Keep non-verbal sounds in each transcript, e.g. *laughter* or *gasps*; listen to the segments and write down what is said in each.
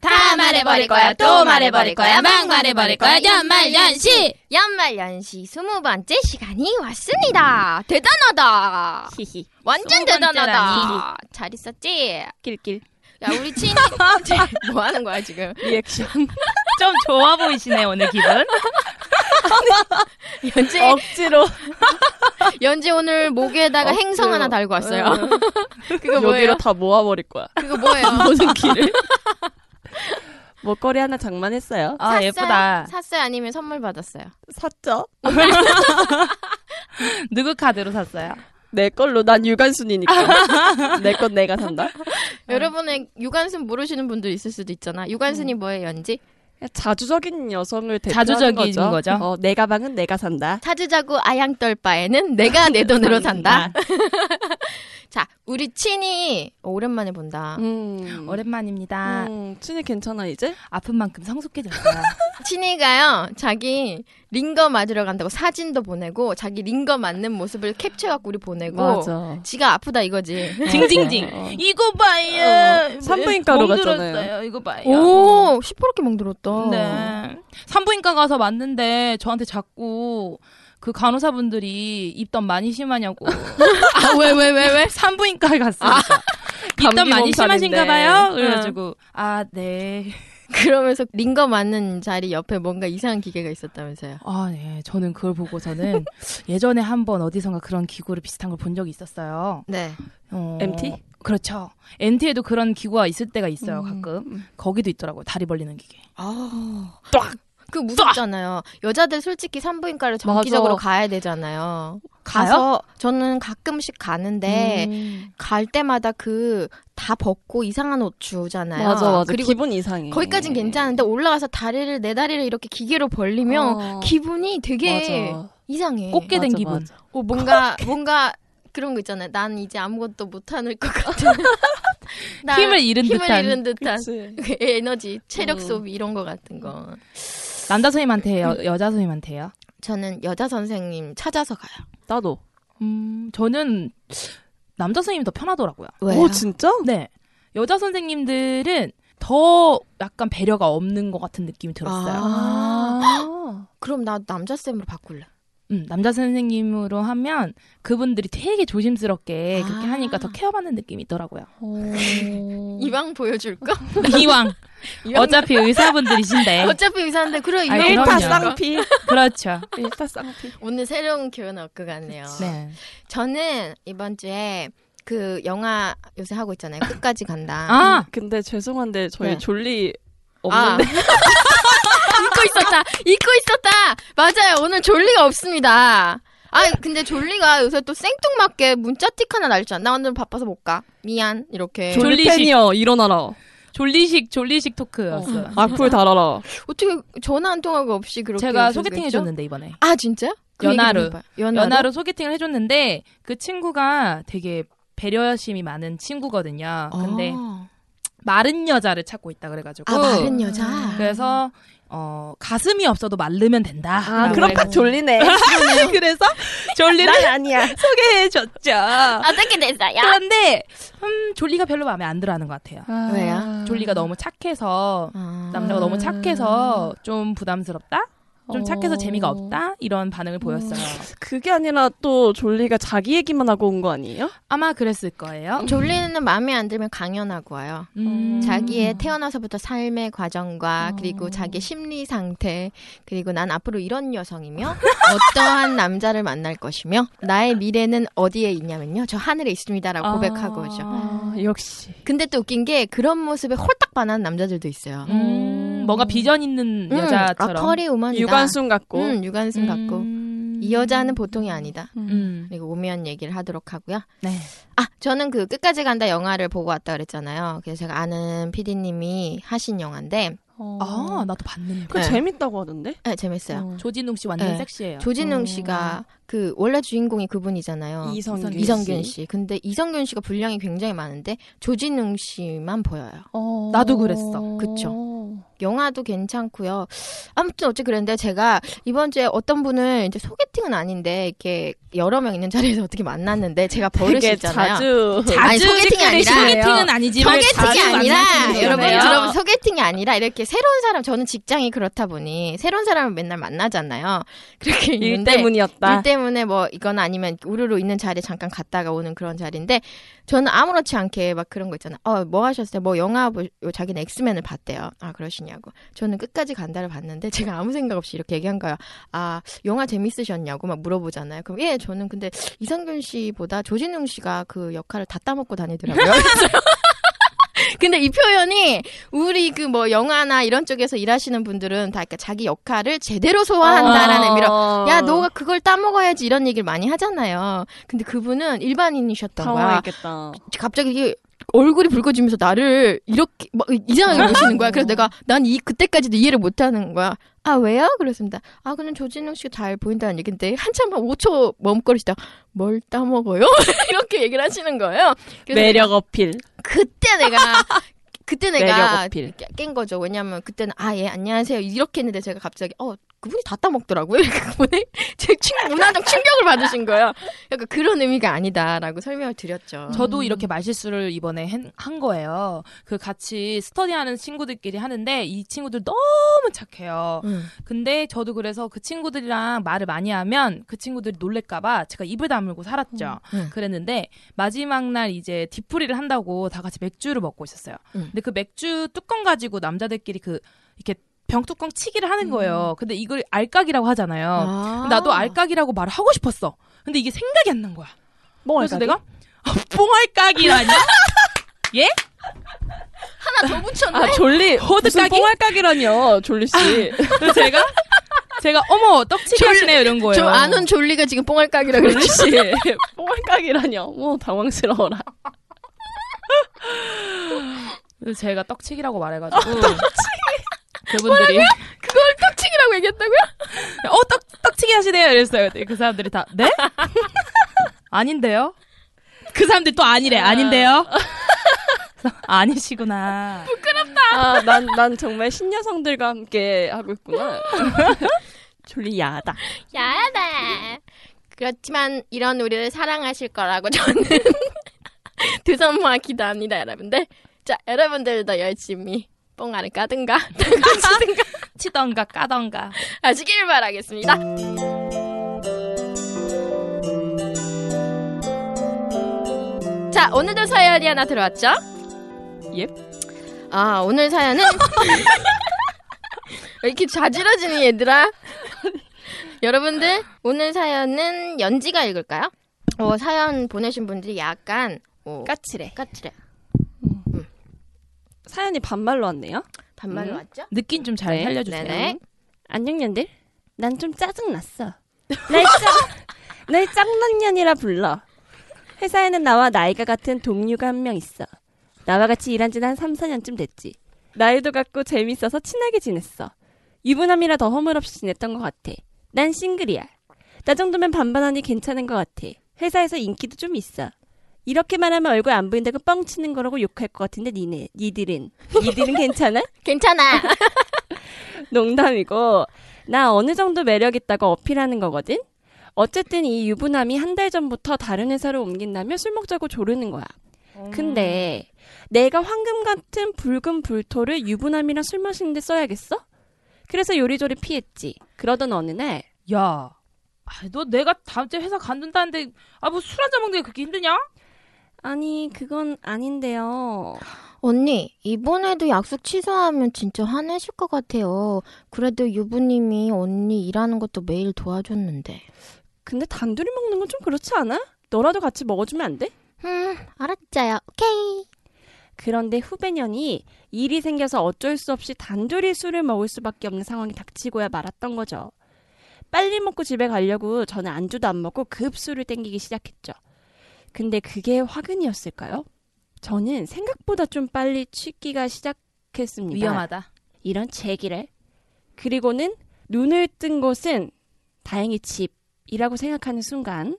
다 말해버릴 거야 또 말해버릴 거야 막 말해버릴 거야 연말연시 연말 연시 스무 번째 시간이 왔습니다. 대단하다. 히히 완전 스무 번째라니. 대단하다. 잘 있었지? 길길 야 *laughs* 우리 친이 *laughs* 뭐 하는 거야 지금? 리액션 좀 좋아 보이시네 오늘 기분 연지 어, 억지로 연지 오늘 목에다가 어, 행성 하나 그래요. 네. 달고 왔어요. *laughs* *laughs* 그거 여기로 뭐예요? 다 모아버릴 거야 그거 뭐예요? *laughs* 모든 길을 먹거리 하나 장만했어요 아 샀어요? 예쁘다 샀어요 아니면 선물 받았어요? 샀죠 누구 카드로 샀어요 내 걸로 난 유관순이니까 *laughs* 내 건 내가 산다 네. 여러분의 유관순 모르시는 분들 있을 수도 있잖아. 유관순이 음. 뭐예요 연지? 자주적인 여성을 대표하는 자주적인 거죠. 거죠. 어, 내 가방은 내가 산다 찾으자고 아양떨 바에는 내가 내 돈으로 산다. *laughs* 자 우리 친이 어, 오랜만에 본다. 음. 오랜만입니다 음, 친이 괜찮아 이제? 아픈 만큼 성숙해졌어요 친이가요 자기 링거 맞으러 간다고 사진도 보내고 자기 링거 맞는 모습을 캡처해갖고 우리 보내고 맞아. 지가 아프다 이거지. 징징징 어. 이거 봐요 어, 산부인과로 갔잖아요. 멍들었어요. 이거 봐요 오 시퍼렇게 멍들었다. 네. 산부인과 가서 맞는데 저한테 자꾸 그 간호사분들이 입덧 많이 *laughs* 심하냐고. 아 왜 왜 왜 왜? 산부인과에 갔습니다. 입덧 감기 많이 몸살인데. 심하신가 봐요? 그래가지고 아, 네. *laughs* 그러면서 링거 맞는 자리 옆에 뭔가 이상한 기계가 있었다면서요. 아, 네. 저는 그걸 보고서는 예전에 한 번 어디선가 그런 기구를 비슷한 걸 본 적이 있었어요. 네. 어, MT? 그렇죠. MT에도 그런 기구가 있을 때가 있어요, 음. 가끔. 거기도 있더라고요. 다리 벌리는 기계. 아. 그 무섭잖아요. 여자들 솔직히 산부인과를 정기적으로 맞아. 가야 되잖아요. 가요? 가서 저는 가끔씩 가는데 음. 갈 때마다 그 다 벗고 이상한 옷 주잖아요. 맞아 맞아. 그리고 기분 이상해. 거기까진 괜찮은데 올라가서 다리를 내 다리를 이렇게 기계로 벌리면 어. 기분이 되게 맞아. 이상해. 꽃게 된 맞아, 기분. 맞아. 어, 뭔가 뭔가 그런 거 있잖아요. 난 이제 아무것도 못하는 것 *laughs* 같은. 나 힘을 잃은 힘을 듯한. 어. 잃은 듯한 그치. 그 에너지, 체력 음. 소비 이런 거 같은 거. 남자 선생님한테 요 여자 선생님한테요? 저는 여자 선생님 찾아서 가요. 나도. 음, 저는 남자 선생님이 더 편하더라고요. 오 진짜? 네. 여자 선생님들은 더 약간 배려가 없는 것 같은 느낌이 들었어요. 아, 아. 그럼 나 남자 쌤으로 바꿀래. 음, 남자 선생님으로 하면 그분들이 되게 조심스럽게 그렇게 아. 하니까 더 케어받는 느낌이 *laughs* 있더라고요. 이왕 보여줄까? 이왕 이왕 어차피 *laughs* 의사분들이신데 어차피 의사인데 그래 네. 아이, 이왕 그럼요. 일타 보여줄까? 쌍피. 그렇죠. 일타 쌍피. 오늘 새로운 교훈 얻고 갔네요. 네. 저는 이번 주에 그 영화 요새 하고 있잖아요. 끝까지 간다. 아 근데 죄송한데 저희 네. 졸리 아. 없는데. 잊고 있었다. 잊고 있었다. 맞아요. 오늘 졸리가 없습니다. 아 근데 졸리가 요새 또 생뚱맞게 문자틱 하나 날잖아. 나 오늘 바빠서 못 가. 미안. 이렇게. 졸- 졸리식. 졸리팬이여 일어나라. 졸리식 졸리식 토크였어요. 악플 달아라. 어떻게 전화 한 통화가 없이 그렇게 제가 요새 소개팅 그랬죠? 해줬는데 이번에 아 진짜? 그 얘기 좀 연하루. 해봐요. 연하루. 연하로 소개팅을 해줬는데 그 친구가 되게 배려심이 많은 친구거든요. 근데 아. 마른 여자를 찾고 있다 그래가지고. 아, 마른 여자. 그래서 어 가슴이 없어도 마르면 된다. 아, 라고 그럼 해서 딱 *laughs* 졸리네. 그래서 졸리를 난 아니야. 소개해줬죠. 어떻게 됐어요? 그런데 음, 졸리가 별로 마음에 안 들어하는 것 같아요. 왜요? 졸리가 너무 착해서 아. 남자가 너무 착해서 좀 부담스럽다. 좀 착해서 재미가 없다 이런 반응을 보였어요. 그게 아니라 또 졸리가 자기 얘기만 하고 온 거 아니에요? 아마 그랬을 거예요. 졸리는 마음에 안 들면 강연하고 와요. 음. 음. 자기의 태어나서부터 삶의 어. 과정과 그리고 자기의 심리 상태 그리고 난 앞으로 이런 여성이며 *laughs* 어떠한 남자를 만날 것이며 나의 미래는 어디에 있냐면요 저 하늘에 아. 있습니다라고 고백하고 오죠. 아, 역시. 근데 또 웃긴 게 그런 모습에 홀딱 반하는 남자들도 있어요. 음, 뭔가 비전 있는 음, 여자처럼. 아, 커리 우먼이다. 유관순 같고. 음, 유관순 같고 음. 이 여자는 보통이 아니다. 음. 그리고 오면 얘기를 하도록 하고요. 네. 아, 저는 그 끝까지 간다 영화를 보고 왔다 그랬잖아요. 그래서 제가 아는 PD님이 하신 영화인데 아 나도 봤는데. 그 네. 재밌다고 하던데? 네, 재밌어요. 조진웅 씨 완전 네. 어, 섹시해요. 조진웅 씨가 그 원래 주인공이 어, 그분이잖아요. 이성균 씨. 이성균 씨. 근데 이성균 씨가 분량이 굉장히 많은데 조진웅 씨만 보여요. 어. 나도 그랬어. 그쵸. 영화도 괜찮고요. 아무튼 어째 그랬는데 제가 이번 주에 어떤 분을 이제 소개팅은 아닌데 이렇게 여러 명 있는 자리에서 어떻게 만났는데 제가 버릇이 되게 있잖아요. 자주. 아니, 소개팅이 아니라 소개팅은 아니지만 소개팅이 자주 아니라 만나시는 여러분 거잖아요. 여러분 소개팅이 아니라 이렇게 새로운 사람 저는 직장이 그렇다 보니 새로운 사람을 맨날 만나잖아요. 그렇게 일 있는데 때문이었다. 일 때문에 뭐 이건 아니면 우르르 있는 자리에 잠깐 갔다가 오는 그런 자리인데 저는 아무렇지 않게 막 그런 거 있잖아요. 어, 뭐 하셨어요? 뭐 영화 보, 요 자기는 엑스맨을 봤대요. 아, 그러시냐고. 저는 끝까지 간다를 봤는데 제가 아무 생각 없이 이렇게 얘기한 거예요. 아, 영화 재밌으셨냐고 막 물어보잖아요. 그럼 예, 저는 근데 이상균 씨보다 조진웅 씨가 그 역할을 다 따먹고 다니더라고요. 근데 이 표현이 우리 그 뭐 영화나 이런 쪽에서 일하시는 분들은 다 이렇게 자기 역할을 제대로 소화한다라는 아. 의미로 어. 야, 너가 그걸 따먹어야지 이런 얘기를 많이 하잖아요. 근데 그분은 일반인이셨던 거야. 당황했겠다. 갑자기 이게 얼굴이 붉어지면서 나를 이렇게 막 *laughs* 이상하게 보시는 거야. 그래서 내가 난 이 그때까지도 이해를 못 하는 거야. 아, 왜요? 그랬습니다. 아, 그냥 조진웅 씨가 잘 보인다는 얘기인데 한참 한 5초 머뭇거리시다. 뭘 따먹어요? *laughs* 이렇게 얘기를 하시는 거예요. 그래서 매력 어필. 그때 내가 그때 매력 내가 어필. 깬- 깬 거죠. 왜냐면 그때는 아 예 안녕하세요 이렇게 했는데 제가 갑자기 어 그분이 다 따먹더라고요. 그분이 *laughs* 제 친구 문화적 충격을 받으신 거예요. 약간 그런 의미가 아니다라고 설명을 드렸죠. 저도 이렇게 말실수를 이번에 한- 한 거예요. 그 같이 스터디하는 친구들끼리 하는데 이 친구들 너무 착해요. 음. 근데 저도 그래서 그 친구들이랑 말을 많이 하면 그 친구들이 놀랄까봐 제가 입을 다물고 살았죠. 음, 음. 그랬는데 마지막 날 이제 뒤풀이를 한다고 다 같이 맥주를 먹고 있었어요. 음. 근데 그 맥주 뚜껑 가지고 남자들끼리 그 이렇게 병 뚜껑 치기를 하는 거예요. 근데 이걸 알까기라고 하잖아요. 음. 아. 나도 알까기라고 말을 하고 싶었어. 근데 이게 생각이 안 난 거야. 뭐 그래서 내가 아, 예? 뽕알까기라니? *laughs* 더 붙였네. 아 졸리 무슨 호드까기? 뽕알까기라뇨 졸리 씨. 그래서 제가 제가 어머 떡치기 졸- 하시네요 이런 거예요. 저 *laughs* 아는 졸리가 지금 뽕알깍이라 졸리 그러지. *laughs* 씨 *laughs* 뽕알까기라뇨. 뭐 당황스러워라. 그래서 제가 떡치기라고 말해가지고 *laughs* 그분들이 그걸 깍치기라고 얘기했다고요? 어 떡 떡치기 하시네요 이랬어요. 그랬더니 그 사람들이 다 네? *laughs* 아닌데요? 그 사람들 또 아니래 아닌데요? 그래서 아니시구나. 아, 난, 난 정말 신여성들과 함께 하고 있구나. *laughs* 졸리 야하다. 야다. 네. 그렇지만 이런 우리를 사랑하실 거라고 저는 *laughs* 두 손 모아 기도합니다, 여러분들. 자, 여러분들도 열심히 뽕알을 까든가 그 까든가 치던가 까던가. 하시길 바라겠습니다. 자, 오늘도 사연이 하나 들어왔죠? Yep. 아, 오늘 *laughs* 사연은 왜 이렇게 자지러지니 얘들아? 여러분들, 오늘 사연은 연지가 읽을까요? 어, 사연 보내신 분들이 약간 어, 까칠해. 까칠해. 사연이 반말로 왔네요. 반말로 음. 왔죠? 느낌 좀 잘 살려주세요. 네네. 안녕, 년들. 난 좀 짜증났어. 날, 짜, *laughs* 날 짱난년이라 불러. 회사에는 나와 나이가 같은 동료가 한 명 있어. 나와 같이 일한 지는 한 3, 4년쯤 됐지. 나이도 같고 재밌어서 친하게 지냈어. 유부남이라 더 허물없이 지냈던 것 같아. 난 싱글이야. 나 정도면 반반하니 괜찮은 것 같아. 회사에서 인기도 좀 있어. 이렇게만 하면 얼굴 안 보인다고 뻥치는 거라고 욕할 것 같은데 니네 니들은 니들은 괜찮아? 괜찮아. 농담이고 나 어느 정도 매력 있다고 어필하는 거거든. 어쨌든 이 유부남이 한 달 전부터 다른 회사로 옮긴다며 술 먹자고 조르는 거야. 음. 근데 내가 황금 같은 붉은 불토를 유부남이랑 술 마시는데 써야겠어? 그래서 요리조리 피했지. 그러던 어느 날 야, 아, 너 내가 다음 주에 회사 간둔다는데 아 뭐 술 한잔 먹는 게 그렇게 힘드냐? 아니 그건 아닌데요. 언니, 이번에도 약속 취소하면 진짜 화내실 것 같아요. 그래도 유부님이 언니 일하는 것도 매일 도와줬는데. 근데 단둘이 먹는 건 좀 그렇지 않아? 너라도 같이 먹어주면 안 돼? 음, 알았어요. 오케이. 그런데 후배년이 일이 생겨서 어쩔 수 없이 단둘이 술을 먹을 수밖에 없는 상황이 닥치고야 말았던 거죠. 빨리 먹고 집에 가려고 저는 안주도 안 먹고 급술을 땡기기 시작했죠. 근데 그게 화근이었을까요? 저는 생각보다 좀 빨리 취기가 시작했습니다. 위험하다. 이런 제기를. 그리고는 눈을 뜬 곳은 다행히 집이라고 생각하는 순간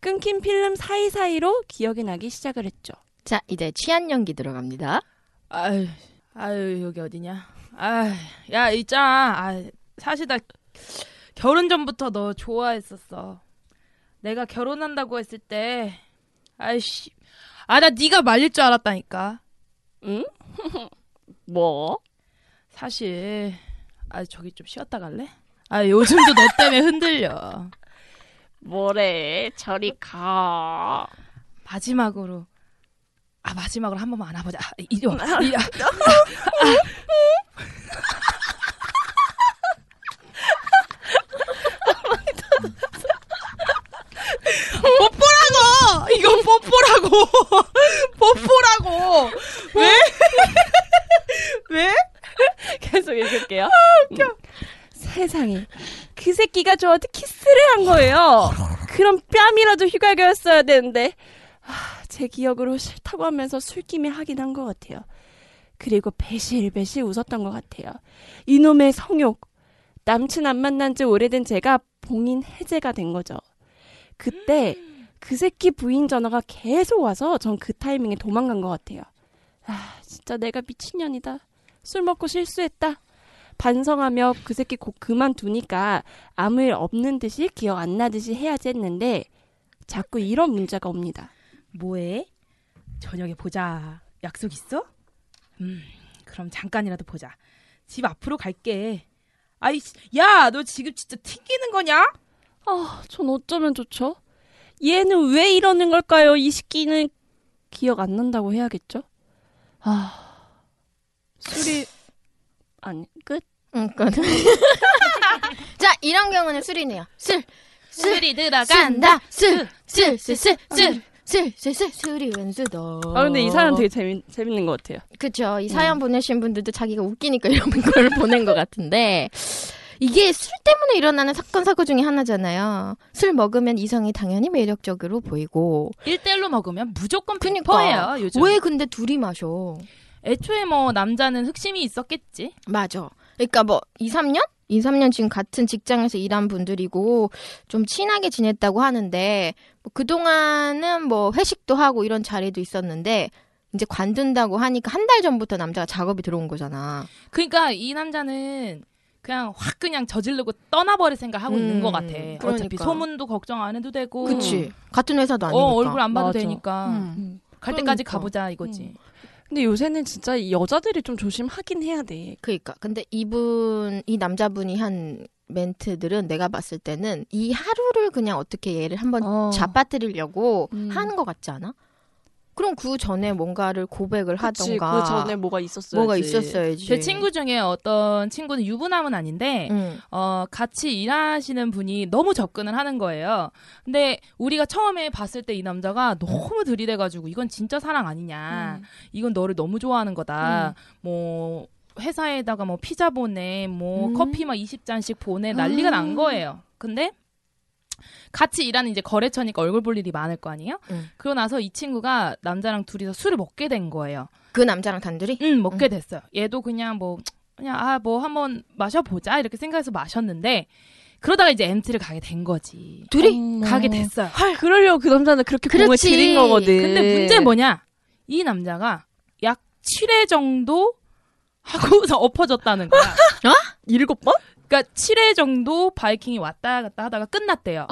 끊긴 필름 사이사이로 기억이 나기 시작을 했죠. 자, 이제 취한 연기 들어갑니다. 아유, 아유 여기 어디냐? 아유, 야 있잖아. 아, 사실 나 결혼 전부터 너 좋아했었어. 내가 결혼한다고 했을 때, 아이씨, 아 나 네가 말릴 줄 알았다니까. 응? *laughs* 뭐? 사실, 아 저기 좀 쉬었다 갈래? 아 요즘도 너 때문에 흔들려. 뭐래? 저리 가. 마지막으로 아 마지막으로 한 번만 안아보자. 아, 이리 와. 음. *laughs* 이, 아, 음. 뽀뽀라고! 이건 뽀뽀라고! *laughs* 뽀뽀라고! 왜? 왜? *laughs* 계속 읽을게요. 음. 세상에. 그 새끼가 저한테 키스를 한 거예요. 그럼 뺨이라도 휘갈겨였어야 되는데. 아, 제 기억으로 싫다고 하면서 술김에 하긴 한 것 같아요. 그리고 배실배실 웃었던 것 같아요. 이놈의 성욕. 남친 안 만난 지 오래된 제가 봉인 해제가 된 거죠. 그때 그 새끼 부인 전화가 계속 와서 전 그 타이밍에 도망간 것 같아요. 아, 진짜 내가 미친년이다. 술 먹고 실수했다. 반성하며 그 새끼 곧 그만두니까 아무 일 없는 듯이 기억 안 나듯이 해야지 했는데 자꾸 이런 문제가 옵니다. 뭐해? 저녁에 보자. 약속 있어? 음, 그럼 잠깐이라도 보자. 집 앞으로 갈게. 아이, 씨, 야, 너 지금 진짜 튕기는 거냐? 아, 전 어쩌면 좋죠? 얘는 왜 이러는 걸까요? 이 시끼는 기억 안 난다고 해야겠죠? 아, 술이 아니 끝. 응, 끝. 자, 이런 경우는 술이네요. 술, 술이 싼다. 들어간다. 술, 술, 술, 술, 술. 술, 술, 술, 술이 웬수다. 아 근데 이 사연 되게 재밌 재밌는 것 같아요. 그쵸. 이 사연 보내신 분들도 자기가 웃기니까 이런 *laughs* 걸 보낸 것 같은데. 이게 술 때문에 일어나는 사건, 사고 중에 하나잖아요. 술 먹으면 이성이 당연히 매력적으로 보이고. 1대1로 먹으면 무조건 그니까. 퍼예요, 요즘. 왜 근데 둘이 마셔? 애초에 뭐 남자는 흑심이 있었겠지. 맞아. 그러니까 뭐 2, 3년? 2, 3년 지금 같은 직장에서 일한 분들이고 좀 친하게 지냈다고 하는데 뭐 그동안은 뭐 회식도 하고 이런 자리도 있었는데 이제 관둔다고 하니까 한 달 전부터 남자가 작업이 들어온 거잖아. 그러니까 이 남자는 그냥 확 그냥 저지르고 떠나버릴 생각하고 음, 있는 것 같아. 어차피 그러니까. 소문도 걱정 안 해도 되고. 그치. 같은 회사도 음. 어, 아니니까. 얼굴 안 봐도 맞아. 되니까. 음. 갈 때까지 그러니까. 가보자 이거지. 근데 요새는 진짜 이 여자들이 좀 조심하긴 해야 돼. 그러니까 근데 이분 이 남자분이 한 멘트들은 내가 봤을 때는 이 하루를 그냥 어떻게 얘를 한번 어. 잡아뜨리려고 음. 하는 것 같지 않아? 그럼 그 전에 뭔가를 고백을 그치, 하던가 그 전에 뭐가 있었어야지. 뭐가 있었어야지. 제 친구 중에 어떤 친구는 유부남은 아닌데 응. 어, 같이 일하시는 분이 너무 접근을 하는 거예요. 근데 우리가 처음에 봤을 때 이 남자가 너무 들이대가지고 이건 진짜 사랑 아니냐. 이건 너를 너무 좋아하는 거다. 뭐, 회사에다가 뭐 피자 보내, 뭐 음. 커피 막 20잔씩 보내 난리가 난 거예요. 근데 같이 일하는 이제 거래처니까 얼굴 볼 일이 많을 거 아니에요? 음. 그러고 나서 이 친구가 남자랑 둘이서 술을 먹게 된 거예요. 그 남자랑 단둘이? 응, 음, 먹게 됐어요. 얘도 그냥 뭐, 그냥, 아, 뭐 한번 마셔보자, 이렇게 생각해서 마셨는데, 그러다가 이제 MT를 가게 된 거지. 둘이 가게 됐어요. 그러려고 그 남자는 그렇게 공을 그렇지. 들인 거거든. 근데 문제는 뭐냐? 이 남자가 약 7회 정도 하고서 *laughs* 엎어졌다는 거야. 일곱 번? 그러니까 7회 정도 바이킹이 왔다 갔다 하다가 끝났대요.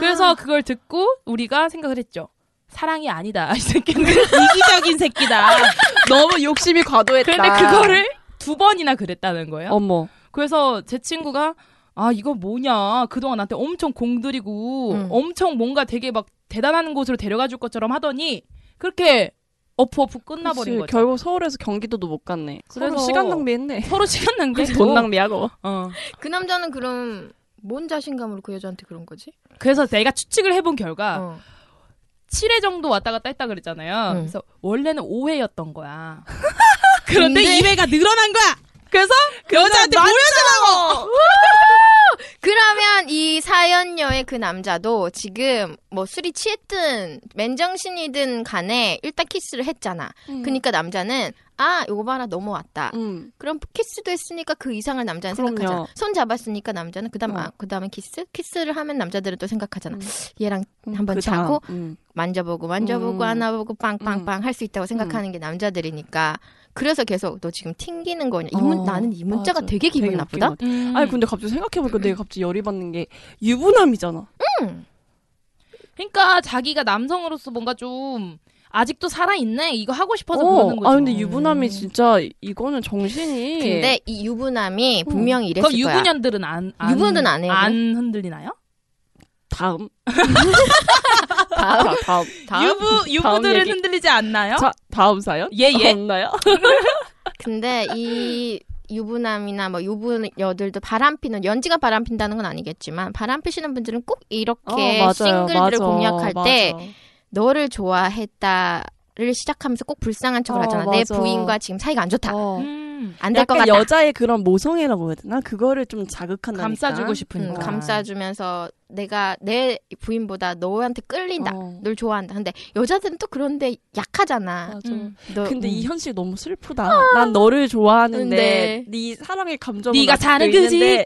그래서 그걸 듣고 우리가 생각을 했죠. 사랑이 아니다. 이 새끼는 이기적인 새끼다. 너무 욕심이 과도했다. *laughs* 그런데 그거를 두 번이나 그랬다는 거예요. 뭐. 어머. 그래서 제 친구가 아 이거 뭐냐 그동안 나한테 엄청 공들이고 음. 엄청 뭔가 되게 막 대단한 곳으로 데려가 줄 것처럼 하더니 그렇게 어프어프 끝나버린 그치, 거죠. 결국 서울에서 경기도도 못 갔네. 그래서 서로 시간 낭비했네. 뭐 서로 시간 낭비, 돈 낭비하고. 어. 그 남자는 그럼 뭔 자신감으로 그 여자한테 그런 거지? 그래서 내가 추측을 해본 아. 결과 어. 7회 정도 왔다 갔다 했다 그랬잖아요. 음. 그래서 원래는 5회였던 거야. 그런데 그런데 이 이 회가 늘어난 거야. 그래서 그 여자한테 모여주라고. 그러면 이 사연녀의 그 남자도 지금 뭐 술이 취했든 맨정신이든 간에 일단 키스를 했잖아. 그러니까 남자는 아 요거 봐라 넘어왔다. 음. 그럼 키스도 했으니까 그 이상을 남자는 그럼요. 생각하잖아. 손 잡았으니까 남자는 그다음 어. 아, 그다음에 키스? 키스를 하면 남자들은 또 생각하잖아. 음. 얘랑 음, 한번 그 다음. 자고 음. 만져보고 만져보고 음. 안아보고 빵빵빵 할 수 있다고 생각하는 게 남자들이니까. 그래서 계속 너 지금 튕기는 거냐? 이 문, 어, 나는 이 문자가 맞아. 되게 기분 되게 나쁘다. 음. 웃긴 것 같아. 아니 근데 갑자기 음. 생각해보니까 내가 갑자기 열이 받는 게 유부남이잖아. 그러니까 자기가 남성으로서 뭔가 좀 아직도 살아 있네 이거 하고 싶어서 그러는 뭐. 거죠. 음. 아 근데 유부남이 진짜 이거는 정신이. 근데 이 음. 유부남이 분명히 이랬을 그럼 거야. 유부녀들은 안, 안 유부는 안 해요? 안 흔들리나요? 다음. *laughs* 다음, 자, 다음. 다음. 유부 다음 유부들은 얘기. 흔들리지 않나요? 자, 다음 사연? 예, 예. 없나요? 근데 이 유부남이나 뭐 유부녀들도 바람 피는 연지가 바람 핀다는 건 아니겠지만 바람 피시는 분들은 꼭 이렇게 어, 맞아요. 싱글들을 맞아, 공략할 때 맞아. 너를 좋아했다를 시작하면서 꼭 불쌍한 척을 어, 하잖아. 내 맞아. 부인과 지금 사이가 안 좋다. 어. 음. 안 될 것 약간 같다. 여자의 그런 모성애라고 해야 되나? 그거를 좀 자극한다니까. 감싸주고 음, 어. 싶으니까. 감싸주면서 내가 내 부인보다 너한테 끌린다. 어. 널 좋아한다. 근데 여자들은 또 그런데 약하잖아. 맞아. 음. 아. 너, 근데 이 음. 현실 너무 슬프다. 난 너를 좋아하는데 근데. 네 사랑의 감정 네가 사는 그지.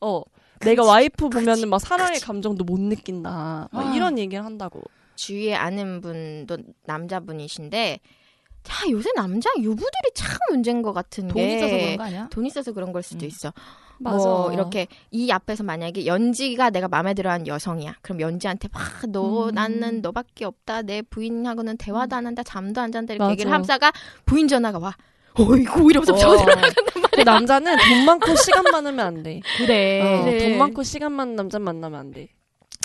어. 내가 와이프 보면은 막 사랑의 감정도 못 느낀다. 막 아. 이런 얘기를 한다고. 주위에 아는 분도 남자분이신데 자 요새 남자 유부들이 참 문제인 것 같은 돈 게 있어서 그런 거 아니야? 돈 있어서 그런 걸 수도 음. 있어. 뭐 이렇게 이 앞에서 만약에 연지가 내가 마음에 들어한 여성이야. 그럼 연지한테 막 너 음. 나는 너밖에 없다. 내 부인하고는 대화도 안 한다. 잠도 안 잔다. 이렇게 맞아. 얘기를 하다가 부인 전화가 와. 어이구 이러면서 저 그 남자는 돈 많고 시간 많으면 안 돼. 그래. 어, 그래. 돈 많고 시간 많은 남자 만나면 안 돼.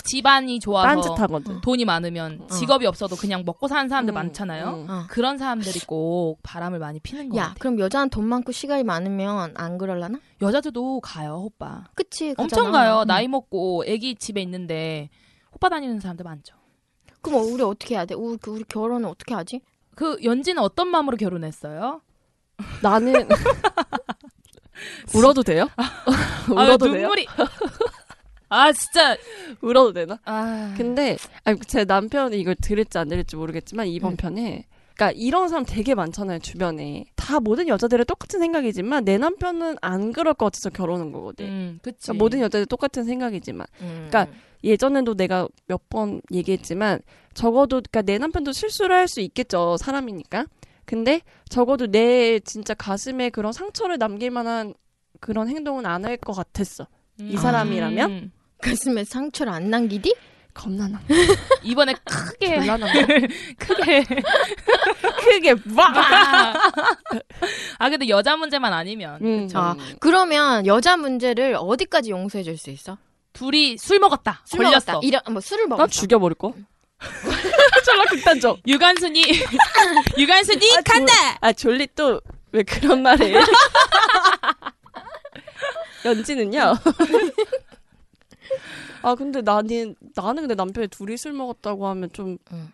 집안이 좋아서 딴짓하거든. 돈이 많으면 직업이 없어도 그냥 먹고 사는 사람들 음, 많잖아요. 음. 그런 사람들이 꼭 바람을 많이 피는 거 어. 야 같아. 그럼 여자는 돈 많고 시간이 많으면 안 그럴라나? 여자들도 가요, 오빠. 그치 가잖아. 엄청 가요. 음. 나이 먹고 애기 집에 있는데 오빠 다니는 사람들 많죠. 그럼 우리 어떻게 해야 돼? 우리, 그- 우리 결혼은 어떻게 하지? 그 연지는 어떤 마음으로 결혼했어요? *laughs* 나는 울어도 돼요? 울어도 아유, 돼요? 눈물이. *laughs* 아 진짜. 울어도 되나? 아. 음. 근데 아니, 제 남편이 이걸 들을지 안 들을지 모르겠지만 이번 편에 그러니까 이런 사람 되게 많잖아요 주변에 다 모든 여자들은 똑같은 생각이지만 내 남편은 안 그럴 것 같아서 결혼한 거거든. 음, 그치. 그러니까 모든 여자들 똑같은 생각이지만 음. 그러니까 예전에도 내가 몇 번 얘기했지만 적어도 그러니까 내 남편도 실수를 할 수 있겠죠 사람이니까 근데 적어도 내 진짜 가슴에 그런 상처를 남길 만한 그런 행동은 안 할 것 같았어 이 사람이라면? 음. 가슴에 상처를 안 남기디? 겁나 나 이번에 *laughs* 크게 졸라 나 *laughs* 크게 크게 막 아 근데 여자 문제만 아니면 음. 아, 그러면 여자 문제를 어디까지 용서해 줄 수 있어? 둘이 술 먹었다 술 걸렸어 먹었다. 이런 뭐 술을 나 먹었어. 아, 죽여버릴 거. *laughs* 졸라 극단적. *laughs* 유관순이 *laughs* 유관순이 간다. 아 졸리 또 왜 그런 말해? *laughs* 연지는요. *laughs* 아 근데 나는 나는 근데 남편이 둘이 술 먹었다고 하면 좀 응.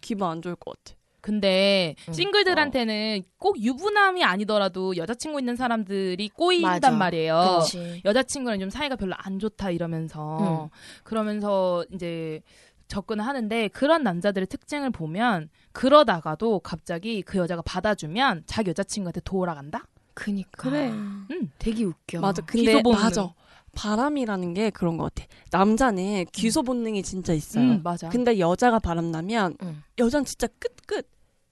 기분 안 좋을 것 같아. 근데 음. 싱글들한테는 어. 꼭 유부남이 아니더라도 여자친구 있는 사람들이 꼬인단 맞아. 말이에요 그렇지. 여자친구랑 좀 사이가 별로 안 좋다 음. 이러면서 그러면서 이제 접근을 하는데 그런 남자들의 특징을 보면 그러다가도 음, 갑자기 그 여자가 받아주면 자기 여자친구한테 돌아간다 그니까. 그래. 응. 음. 되게 웃겨. 맞아. 근데 귀소 본능. 맞아. 바람이라는 게 그런 것 같아. 남자는 귀소 본능이 진짜 있어요. 음, 맞아. 근데 여자가 바람 나면 응. 여자는 진짜 끝끝.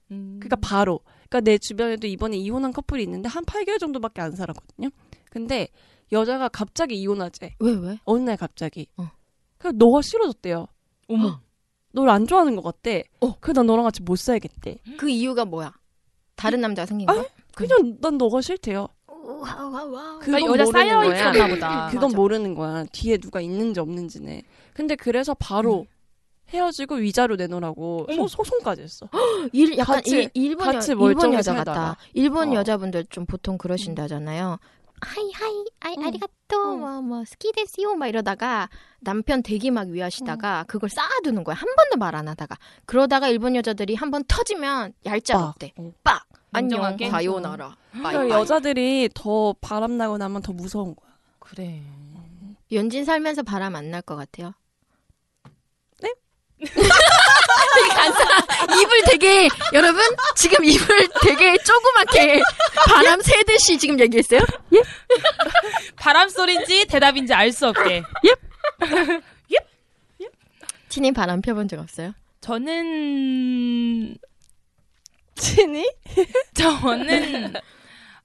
음. 그러니까 바로. 그러니까 내 주변에도 이번에 이혼한 커플이 있는데 한 8개월 정도밖에 안 살았거든요. 근데 여자가 갑자기 이혼하재. 왜 왜? 어느 날 갑자기. 어. 그래서 너가 싫어졌대요. 어머. 너를 안 좋아하는 것 같대. 어. 그래서 난 너랑 같이 못 살겠대. 그 이유가 뭐야? 다른 남자가 생긴 아, 거야? 그냥 난 너가 싫대요. 와와와. 그건 그러니까 여자 모르는 쌓여 거야. 있었나 보다. 그건 모르는 거야. 뒤에 누가 있는지 없는지는. 근데 그래서 바로 헤어지고 위자료 내놓으라고 어머. 소, 송까지 했어. 일 약간 같이- 일, 일본 같이 여, 일본 멀쩡히 여자 살다가. 같다. 일본 어. 음. 여자분들 좀 보통 그러신다잖아요. 하이 하이 아이 응. 아리가또 응. 뭐뭐 스키 데스요 막 이러다가 남편 대기 막 위하시다가 음. 그걸 쌓아두는 거야 한 번도 말 안 하다가 그러다가 일본 여자들이 한 번 터지면 얄짤 빡. 없대 어. 빡 안녕 인정하게? 사요나라 그러니까 아, 빠이 빠이 여자들이 더 바람나고 나면 더 무서운 거야. 그래. 연진 살면서 바람 안 날 것 같아요 네? 되게 간사 *laughs* 입을 되게 여러분 지금 입을 되게 조그맣게 바람 새듯이 지금 얘기했어요 바람 소리인지 대답인지 알 수 없게. 티님 바람 펴본 적 없어요? 저는 친이? 저는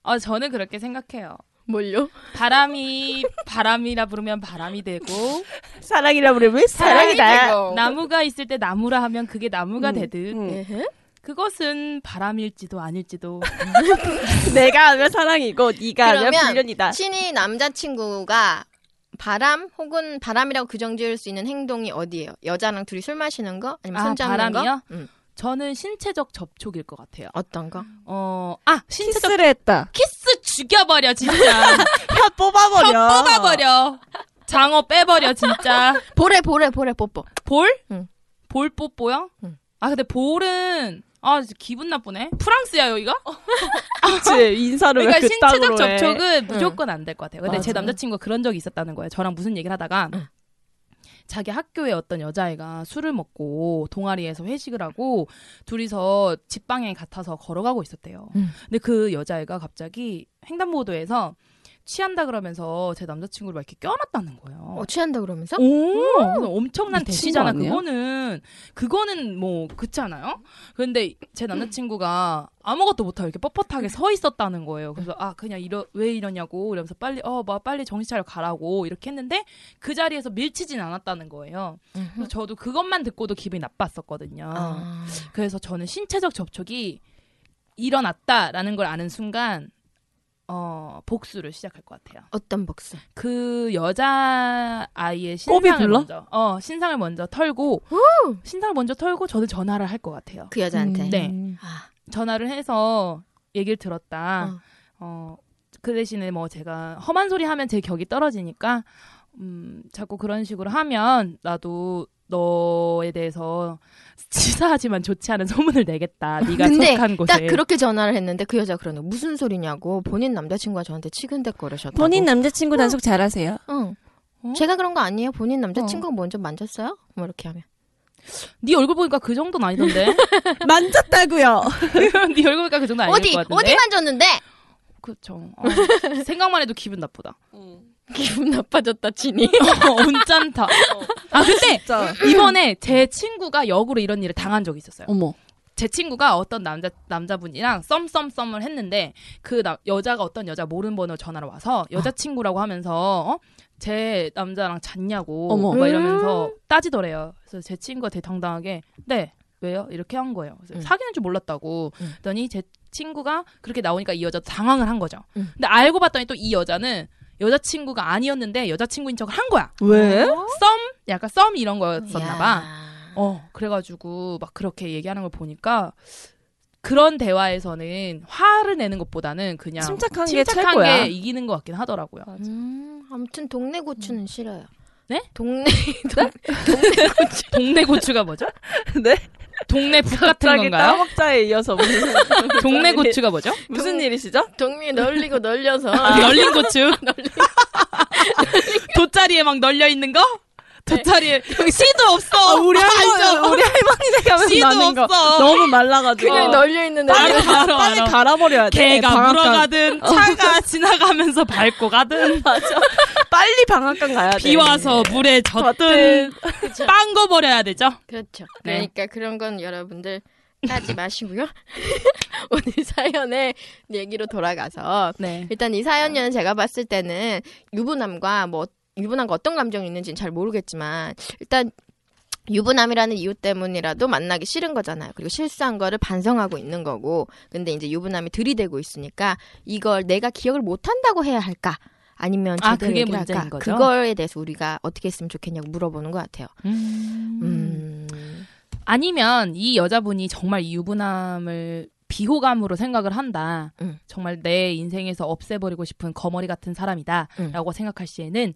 어 저는 그렇게 생각해요. 뭘요? 바람이 바람이라 부르면 바람이 되고 사랑이라 부르면 어. 나무가 있을 때 나무라 하면 그게 나무가 음, 되듯 응. 에헤? 그것은 바람일지도 아닐지도 *laughs* 내가 하면 사랑이고 네가 하면 그러면 불륜이다. 친이 남자친구가 바람 혹은 바람이라고 규정지을 수 있는 행동이 어디예요? 여자랑 둘이 술 마시는 거? 아니면 아, 손 잡는 바람이요? 거? 응. 저는 신체적 접촉일 것 같아요. 어떤 거? 어아 신체적 키스를 했다. 키스 죽여버려 진짜 혀 뽑아버려. 뽑아버려 장어 빼버려 진짜 보래 보래 뭐, 보래 뽀뽀. 볼? 응. 볼 뽀뽀요? 응. 아 근데 볼은 아 진짜 기분 나쁘네. 프랑스야 여기가? 그치. 인사를 그러니까 왜 그따구로 신체적 해. 접촉은 무조건 안 될 것 같아요. 근데 제 맞아. 남자친구가 그런 적이 있었다는 거예요. 저랑 무슨 얘기를 하다가 자기 학교에 어떤 여자애가 술을 먹고 동아리에서 회식을 하고 둘이서 집방에 같아서 걸어가고 있었대요. 음. 근데 그 여자애가 갑자기 횡단보도에서 취한다 그러면서 제 남자친구를 막 이렇게 껴안았다는 거예요. 어, 취한다 그러면서? 오, 그래서 엄청난 미친 대시잖아. 거 아니야? 그거는 그거는 뭐 그렇잖아요. 그런데 제 남자친구가 아무것도 못하고 이렇게 뻣뻣하게 서 있었다는 거예요. 그래서 아 그냥 이러 왜 이러냐고 이러면서 빨리 어막 뭐, 빨리 정신 차려 가라고 이렇게 했는데 그 자리에서 밀치진 않았다는 거예요. 음흠. 그래서 저도 그것만 듣고도 기분이 나빴었거든요. 아. 그래서 저는 신체적 접촉이 일어났다라는 걸 아는 순간 어 복수를 시작할 것 같아요. 어떤 복수? 그 여자 아이의 꼬비 신상을 불러? 먼저 어 신상을 먼저 털고 신상을 먼저 털고 저도 전화를 할 것 같아요. 그 여자한테. 음, 네. 음. 아, 전화를 해서 얘기를 들었다. 어. 그 대신에 뭐 제가 험한 소리 하면 제 격이 떨어지니까 음 자꾸 그런 식으로 하면 나도 너에 대해서 치사하지만 좋지 않은 소문을 내겠다. 네가 근데 속한 곳에. 딱 그렇게 전화를 했는데 그 여자 그러네. 무슨 소리냐고 본인 남자친구가 저한테 치근대거리셨다고. 본인 남자친구 단속 잘하세요. 응. 어? 제가 그런 거 아니에요. 본인 남자친구가 먼저 만졌어요? 뭐 이렇게 하면. 네 얼굴 보니까 그 *laughs* 정도는 아니던데. *laughs* *laughs* 만졌다고요. 네 얼굴 보니까 그 정도 아닐 어디 것 같은데. 어디 만졌는데? 그렇죠. 생각만 해도 기분 나쁘다. *laughs* 기분 나빠졌다 *laughs* 진이. *laughs* 어, 온짠타. 아 근데 진짜. 이번에 제 친구가 역으로 이런 일을 당한 적이 있었어요. 어머. 제 친구가 어떤 남자 남자분이랑 썸썸썸을 했는데 그 나- 여자가 어떤 여자 모르는 번호 전화로 와서 여자 친구라고 하면서 어? 제 남자랑 잤냐고 어머. 막 이러면서 따지더래요. 그래서 제 친구가 되게 당당하게 네 왜요 이렇게 한 거예요. 그래서 음. 사귀는 줄 몰랐다고 음. 그랬더니 제 친구가 그렇게 나오니까 이 여자 도 당황을 한 거죠. 음. 근데 알고 봤더니 또 이 여자는 여자 친구가 아니었는데 여자 친구인 척을 한 거야. 왜? 어? 썸 약간 썸 이런 거였었나 봐. 야. 어, 그래가지고 막 그렇게 얘기하는 걸 보니까 그런 대화에서는 화를 내는 것보다는 그냥 침착한 게 침착한 최고야. 게 이기는 것 같긴 하더라고요. 음, 아무튼 동네 고추는 싫어요. 네? 동네 동네 고추가 뭐죠? *laughs* 네? 동네 북 같은 갑자기 건가요? 따먹자에 이어서 무슨, 동네 고추가 뭐죠? 아, 무슨 일이시죠? 동네 널리고 *laughs* 아. 널려서 널린 고추. 돗자리에 막 널려 있는 거? 네. 자리에 씨도 없어. 아, 우리 할머니, 우리 할머니 가면 씨도 나는 거. 없어. 너무 말라가지고. 어. 그냥 널려 있는데 빨리, 알아, 빨리 알아. 갈아버려야 돼. 개가 네, 방앗간. 물어가든 차가 지나가면서 밟고 가든 *laughs* 맞아. 빨리 방앗간 가야 돼. 비 와서 물에 젖든 젖든. 빵거 버려야 되죠. 그렇죠. 네. 그러니까 그런 건 여러분들 따지 마시고요. *laughs* 오늘 사연의 얘기로 돌아가서 네. 일단 이 사연은 제가 봤을 때는 유부남과 뭐 유부남과 어떤 감정이 있는지는 잘 모르겠지만 일단 유부남이라는 이유 때문이라도 만나기 싫은 거잖아요. 그리고 실수한 거를 반성하고 있는 거고. 근데 이제 유부남이 들이대고 있으니까 이걸 내가 기억을 못 한다고 해야 할까? 아니면 아, 제대로 그게 얘기를 문제인 할까? 거죠? 그거에 대해서 우리가 어떻게 했으면 좋겠냐고 물어보는 것 같아요. 음. 아니면 이 여자분이 정말 이 유부남을 비호감으로 생각을 한다. 음. 정말 내 인생에서 없애버리고 싶은 거머리 같은 음. 사람이다라고 생각할 시에는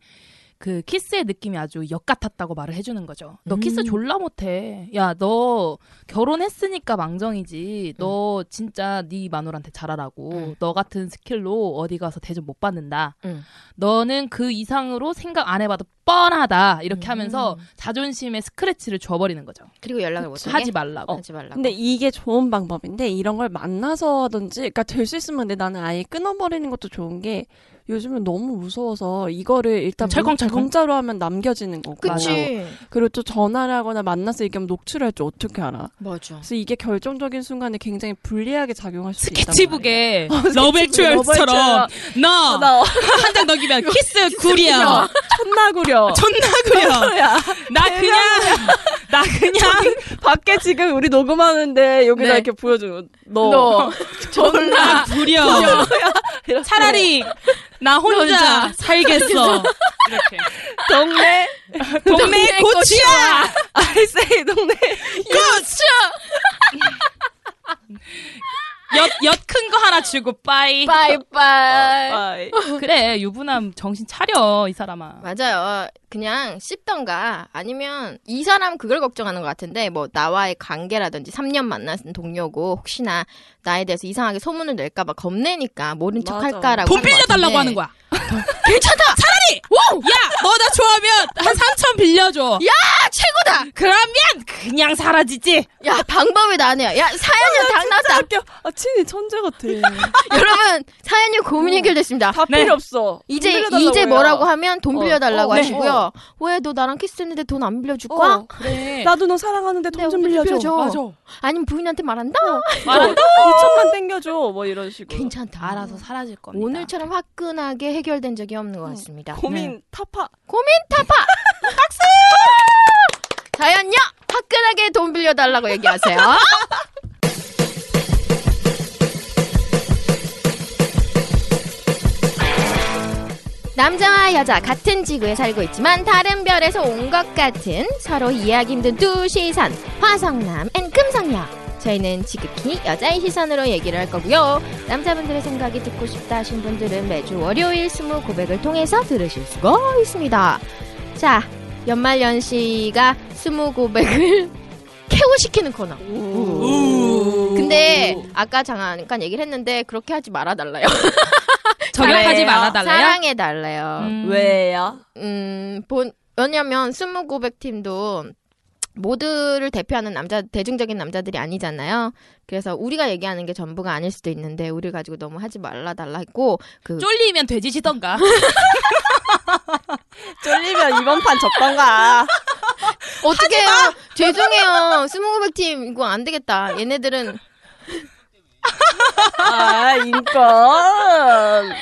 그 키스의 느낌이 아주 역 같았다고 말을 해주는 거죠. 너 음. 키스 졸라 못해. 야, 너 결혼했으니까 망정이지. 너 진짜 네 마누라한테 잘하라고. 음. 너 같은 스킬로 어디 가서 대접 못 받는다. 음. 너는 그 이상으로 생각 안 해봐도 뻔하다. 이렇게 하면서 자존심에 스크래치를 줘버리는 거죠. 어, 그리고 연락을 못 하게 하지 말라고. 하지 말라고. 근데 이게 좋은 방법인데 이런 걸 만나서 하든지 그러니까 될 수 있으면 근데 나는 아예 끊어버리는 것도 좋은 게 요즘은 너무 무서워서 이거를 일단 찰컹찰컹. 문자로 하면 남겨지는 거고 그치 그리고 또 전화를 하거나 만나서 얘기하면 녹취를 할 줄 어떻게 알아 맞아. 그래서 이게 결정적인 순간에 굉장히 불리하게 작용할 수 있다 스케치북에 *laughs* *laughs* 러브 액츄얼스처럼 어. 어, 나 너한장 넘기면 키스 구려 어, 존나 구려 존나 구려 야 나 그냥 *laughs* 나 *laughs* 그냥 밖에 지금 우리 녹음하는데 여기다 네. 이렇게 보여주면 너, *laughs* 존나 구려 이렇게 차라리 나 혼자 살겠어 이렇게 동네 동네 고추야 아, 알세이 동네 엿엿큰 거 하나 주고 빠이 빠이빠이. 아, 바이 그래 유부남 정신 차려 이 사람아 맞아요. 어, 그냥 씹던가 아니면 이 사람 그걸 걱정하는 것 같은데 뭐 나와의 관계라든지 3년 만났은 동료고 혹시나 나에 대해서 이상하게 소문을 낼까봐 겁내니까 모른 척 맞아. 할까라고 돈 하는 것 빌려달라고 같은데. 하는 거야 괜찮다 차라리 야너 나 좋아하면 한 3천 빌려줘 아 최고다. 그러면 그냥 사라지지 야 방법이 나네요. 야 사연이 다 나왔다. 웃겨. 아, 친이 천재 같아. 여러분 사연이 고민 해결됐습니다. 다 네. 필요 없어. 아, 이제 돈 빌려달라고 이제 해요. 뭐라고 하면 돈 어. 빌려달라고 어, 네. 하시고요. 왜 너 나랑 키스했는데 돈 안 빌려줄 어, 거야? 그래 나도 너 사랑하는데 네, 돈 좀 돈 빌려줘. 빌려줘. 맞아. 아니면 부인한테 말한다. 어. 말한다 2천만 땡겨줘. 뭐 이런 *laughs* 식으로. 괜찮다. 알아서 사라질 겁니다. 어. 오늘처럼 화끈하게 해결된 적이 없는 것 같습니다. 고민 네. 타파. 고민 타파 박수. 자연요 화끈하게 돈 빌려달라고 얘기하세요. 남자와 여자 같은 지구에 살고 있지만 다른 별에서 온 것 같은 서로 이해하기 힘든 두 시선 화성남 앤 금성녀 저희는 지극히 여자의 시선으로 얘기를 할 거고요 남자분들의 생각이 듣고 싶다 하신 분들은 매주 월요일 스무 고백을 통해서 들으실 수가 있습니다 자 연말연시가 스무 고백을 *laughs* 캐고시키는 코너 근데 아까 잠깐 얘기를 했는데 그렇게 하지 말아달라요 저격하지 잘해요. 말아달라요. *laughs* 사랑해달라요 음. 왜야? 음, 본, 왜냐면, 스무 고백 팀도 모두를 대표하는 남자, 대중적인 남자들이 아니잖아요. 그래서 우리가 얘기하는 게 전부가 아닐 수도 있는데, 우리 가지고 너무 하지 말라달라 했고, 그, 쫄리면 돼지시던가. 쫄리면 이번 판 적던가. 어떻게 해요? 죄송해요. 스무 고백 팀, 이거 안 되겠다. 얘네들은, 아, 인권.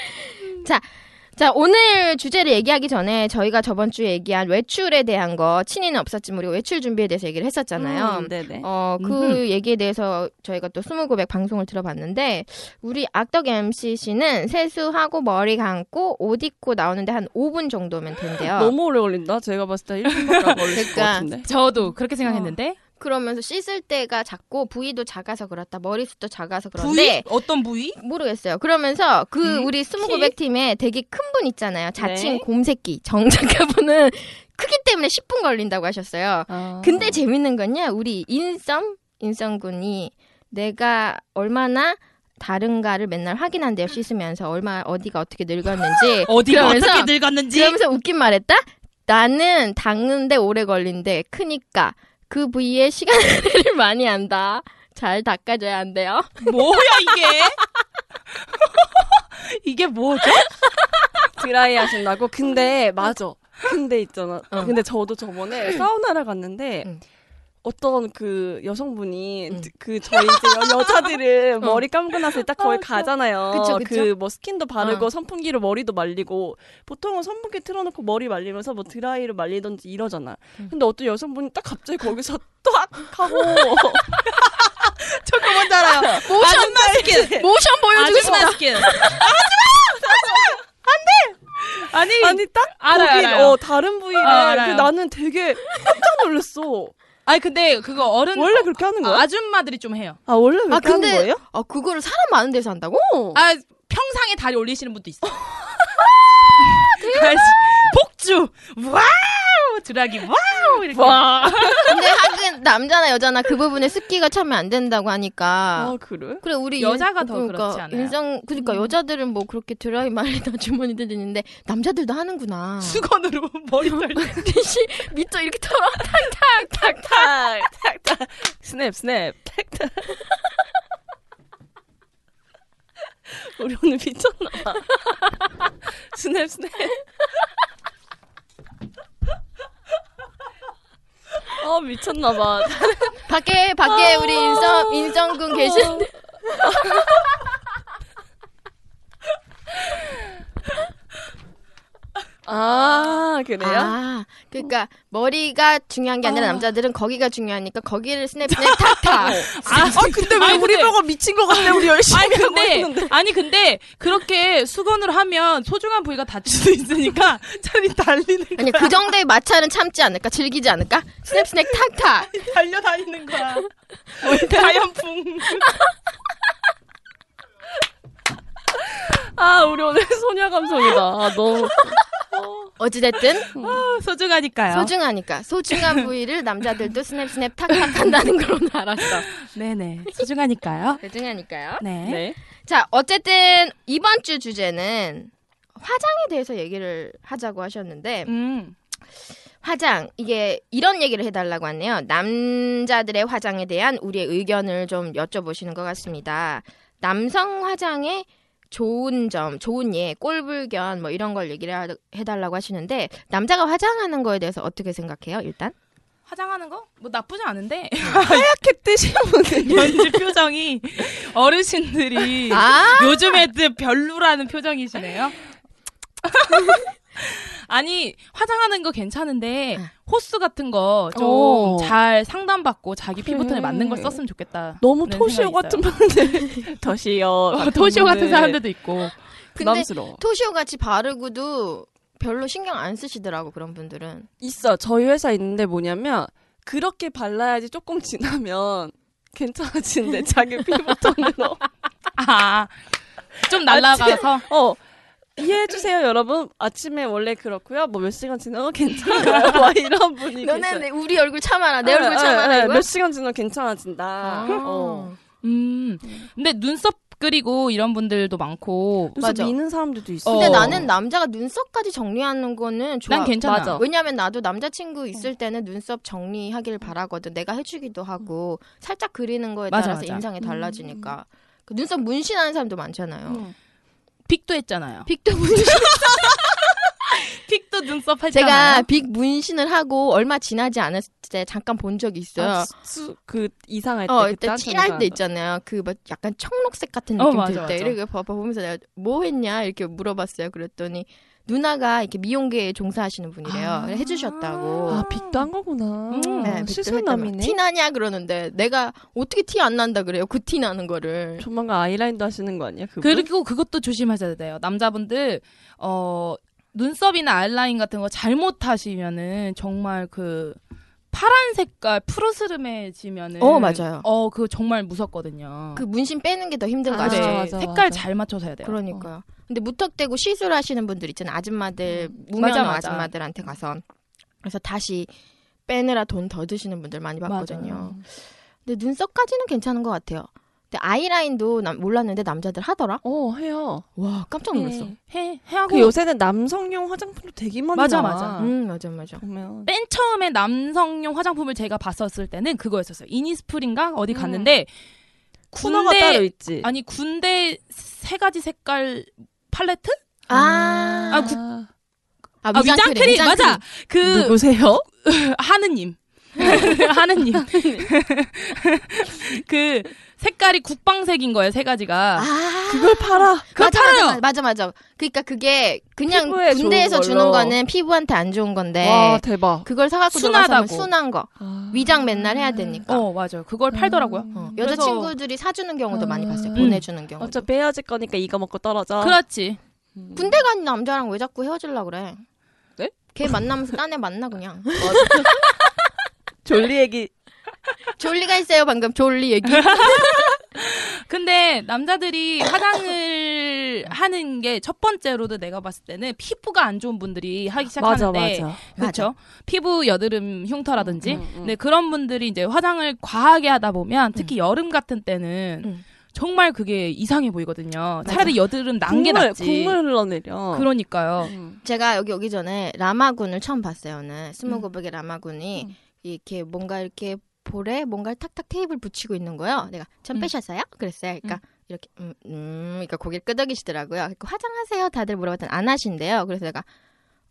자, 오늘 주제를 얘기하기 전에 저희가 저번 주에 얘기한 외출에 대한 거, 친이는 없었지만 우리가 외출 준비에 대해서 얘기를 했었잖아요. 음, 네네. 어, 그 얘기에 대해서 저희가 또 스무고백 방송을 들어봤는데, 우리 악덕 MC 씨는 세수하고 머리 감고 옷 입고 나오는데 한 5분 정도면 된대요. *gasps* 너무 오래 걸린다. 제가 봤을 때 1분밖에 안 걸릴 것 아. 그러니까. 같은데. 저도 그렇게 생각했는데 그러면서 씻을 때가 작고, 부위도 작아서 그렇다, 머리숱도 작아서 부위 그런데, 네. 어떤 부위? 모르겠어요. 그러면서 그 음? 우리 스무고백 팀에 되게 큰 분 있잖아요. 자칭 네. 곰새끼 정작가분은 *laughs* 크기 때문에 10분 걸린다고 하셨어요. 근데 재밌는 건요, 우리 인썸 인썸군이 내가 얼마나 다른가를 맨날 확인한대요. 씻으면서 얼마 어디가 어떻게 늙었는지. *laughs* 어디가 그러면서- 어떻게 늙었는지. 그러면서 웃긴 말했다. 나는 닦는데 오래 걸린대. 크니까 그 부위에 시간을 *laughs* 많이 안다. 잘 닦아줘야 한대요. 뭐야 이게? *laughs* 이게 뭐죠? 드라이 하신다고? 근데 맞아. 근데 있잖아. 어. 근데 저도 저번에 사우나를 갔는데 응. 어떤 그 여성분이 응. 그 저희 이제 여- 여자들은 머리 감고 나서 딱 거기 가잖아요. 그쵸, 그쵸. 그 뭐 스킨도 바르고 어. 선풍기로 머리도 말리고 보통은 선풍기 틀어놓고 머리 말리면서 뭐 드라이로 말리든지 이러잖아. 근데 어떤 여성분이 딱 갑자기 거기서 딱 하고 저 그건 줄 알아요. 모션 마스크. 모션 보여주고 아줌마 싶다. 스킨. 하지마! 안돼! 아니, 아니 딱 알아요, 거기 알아요. 어 다른 부위를 어, 알아요. 나는 되게 깜짝 *laughs* 놀랐어. 아니 근데 그거 어른 원래 그렇게 하는 거야? 아, 아줌마들이 좀 해요. 아 원래 그렇게 아 하는 근데 거예요? 아 그거를 사람 많은 데서 한다고? 아 평상에 다리 올리시는 분도 있어. *laughs* 알지? 폭주 와우 드라기 와우 이렇게 근데 하긴 남자나 여자나 그 부분에 습기가 차면 안 된다고 하니까. 아 그래? 그래 우리 그러니까 여자가 더 그렇지 않아요? 음. 인상 그러니까 여자들은 뭐 그렇게 드라이 말리다 주머니 들리는데 남자들도 하는구나. *laughs* 수건으로 뭐. 머리 떨. 대신 밑도 이렇게 털어 탁탁탁탁. 스냅 스냅 탁탁 우리 오늘 미쳤나 봐 스냅 스냅 아 미쳤나 봐 밖에 밖에 우리 인성 인성군 계신데 *laughs* 아 그래요? 아 그러니까 머리가 중요한 게 아니라 어. 남자들은 거기가 중요하니까 거기를 *laughs* 스냅 스냅 탁탁. 아, 근데 왜 우리 보고 미친 것 같네 우리 열심히 아니 근데 아니 근데 그렇게 수건으로 하면 소중한 부위가 다칠 수도 있으니까 *laughs* 차라리 달리는 아니 그 정도의 마찰은 참지 않을까 즐기지 않을까? 스냅 스냅 탁탁. 달려다니는 거야 자연풍 아 우리 오늘 소녀 감성이다 아 너무 어찌됐든 소중하니까요 소중하니까 소중한 부위를 남자들도 스냅 스냅 탁탁 한다는 걸로 알았어. 네네 *laughs* 소중하니까요 소중하니까요. 네 네 자, 어쨌든 이번 주 주제는 화장에 대해서 얘기를 하자고 하셨는데 음. 화장 이게 이런 얘기를 해달라고 하네요. 남자들의 화장에 대한 우리의 의견을 좀 여쭤보시는 것 같습니다. 남성 화장의 좋은 점, 좋은 예, 꼴불견 뭐 이런 걸 얘기를 하- 해달라고 하시는데 남자가 화장하는 거에 대해서 어떻게 생각해요? 일단 화장하는 거 뭐 나쁘지 않은데 이렇게 뜨시는 *laughs* 분들 연지 표정이 어르신들이 아 요즘 애들 별로라는 표정이시네요. *laughs* 아니 화장하는 거 괜찮은데 호스 같은 거 좀 어. 잘 상담받고 자기 그래. 피부톤에 맞는 걸 썼으면 좋겠다. 너무 그런 토시오 생각이 *laughs* 같은 분들 토시오 네, 있어요. 토시오 같은 사람들도 있고 근데 부담스러워 토시오 같이 바르고도 별로 신경 안 쓰시더라고 그런 분들은. 있어. 저희 회사 있는데 뭐냐면 그렇게 발라야지 조금 지나면 *laughs* 괜찮아지는데 자기 *laughs* 피부톤으로. *laughs* 아, 좀 날라가서 어. 이해해 주세요, 여러분. 아침에 원래 그렇고요. 뭐 몇 시간 지나고 괜찮아요. *laughs* 막 이런 분이 너네 계세요. 내- 우리 얼굴 그러니까 참아라 내 어, 얼굴 어, 참아라 어, 이거. 몇 시간 지나 괜찮아진다. 어. 음 근데 눈썹 그리고 이런 분들도 많고 눈썹 맞아. 미는 사람들도 있어. 근데 어. 나는 남자가 눈썹까지 정리하는 거는 좋아. 어. 난 괜찮아. 맞아. 왜냐면 나도 남자친구 있을 때는 눈썹 정리하길 바라거든. 내가 해주기도 하고 살짝 그리는 거에 맞아, 따라서 맞아. 인상이 달라지니까. 그 눈썹 문신하는 사람도 많잖아요. 빅도 했잖아요. 빅도 문신. 빅도 눈썹 했잖아요. 제가 빅 문신을 하고 얼마 지나지 않았을 때 잠깐 본 적이 있어요. 아, 수- 그 이상할 때 어, 그때 일단 한참 칠할 때 이상하다. 있잖아요. 그막 약간 청록색 같은 어, 느낌 맞아, 들 때. 맞아. 이렇게 봐봐 보면서 내가 뭐 했냐 이렇게 물어봤어요. 그랬더니 누나가 이렇게 미용계에 종사하시는 분이래요. 아. 해주셨다고. 아, 빅도 한 거구나. 아, 음. 네, 빅도 했다면 시술남이네. 티 나냐 그러는데 내가 어떻게 티 안 난다 그래요. 그 티 나는 거를. 조만간 아이라인도 하시는 거 아니야? 그분? 그리고 그것도 조심하셔야 돼요. 남자분들 어 눈썹이나 아이라인 같은 거 잘못하시면은 정말 그 파란 색깔 푸르스름해지면은 어, 맞아요. 어 그거 정말 무섭거든요. 그 문신 빼는 게 더 힘든 거 아, 아시죠? 맞아, 네, 맞아, 색깔 맞아. 잘 맞춰서 해야 돼요. 그러니까요. 근데 무턱대고 시술하시는 분들 있잖아요. 아줌마들 무명 맞아, 아 맞아. 줌마들한테 가서 그래서 다시 빼느라 돈 더 드시는 분들 많이 봤거든요. 맞아요. 근데 눈썹까지는 괜찮은 것 같아요. 근데 아이라인도 난 몰랐는데 남자들 하더라. 어 해요. 와 깜짝 놀랐어. 네. 해 해하고 그 요새는 남성용 화장품도 되게 많아. 맞아, 맞아. 음 맞아 맞아. 보면 맨 처음에 남성용 화장품을 제가 봤었을 때는 그거였었어요. 이니스프린가 어디 갔는데 음. 쿠너가 군대- 따로 있지. 아니 군대 세 가지 색깔 팔레트? 아, 아, 아, 아, 위장 위장 크림, 크림 위장 맞아. 그 누구세요? *laughs* 하느님. *laughs* 하느님. 그 색깔이 국방색인 거예요, 세 가지가. 아 그걸 팔아. 그거 맞아, 팔아요. 맞아 맞아 맞아. 그러니까 그게 그냥 피부에 좋은 군대에서 주는 걸로. 거는 피부한테 안 좋은 건데 와 대박. 아, 그걸 사갖고 순하다고. 들어가서 순한 거 네. 그 위장 맨날 해야 되니까. 어, 맞아요. 그걸 팔더라고요. 어, 음. 그래서- 여자친구들이 사주는 경우도 많이 봤어요. 음. 보내주는 경우. 도 어차피 헤어질 거니까 이거 먹고 떨어져. 그렇지. 군대 간 남자랑 왜 자꾸 헤어질라 그래? 네? 걔 만나면서 딴 애 만나 *laughs* 그냥. 졸리 얘기 졸리가 있어요 방금 졸리 얘기. 근데 남자들이 화장을 하는 게 첫 번째로도 내가 봤을 때는 피부가 안 좋은 분들이 하기 맞아 시작하는데 맞아. 그렇죠. 피부 여드름 흉터라든지 음, 음. 네, 그런 분들이 이제 화장을 과하게 하다 보면 특히 여름 같은 때는 음. 정말 그게 이상해 보이거든요. 차라리 여드름 난 게 국물, 낫지. 국물 흘러내려. 그러니까요. 음. 제가 여기 오기 전에 라마군을 처음 봤어요 오늘 스무고백의 음. 라마군이 이렇게 뭔가 이렇게 볼에 뭔가 탁탁 테이블 붙이고 있는 거예요. 내가 전 음. 빼셨어요? 그랬어요. 그러니까 이렇게 음, 음 그러니까 고개를 끄덕이시더라고요. 그러니까 화장하세요 다들 물어봤더니 안 하신대요. 그래서 내가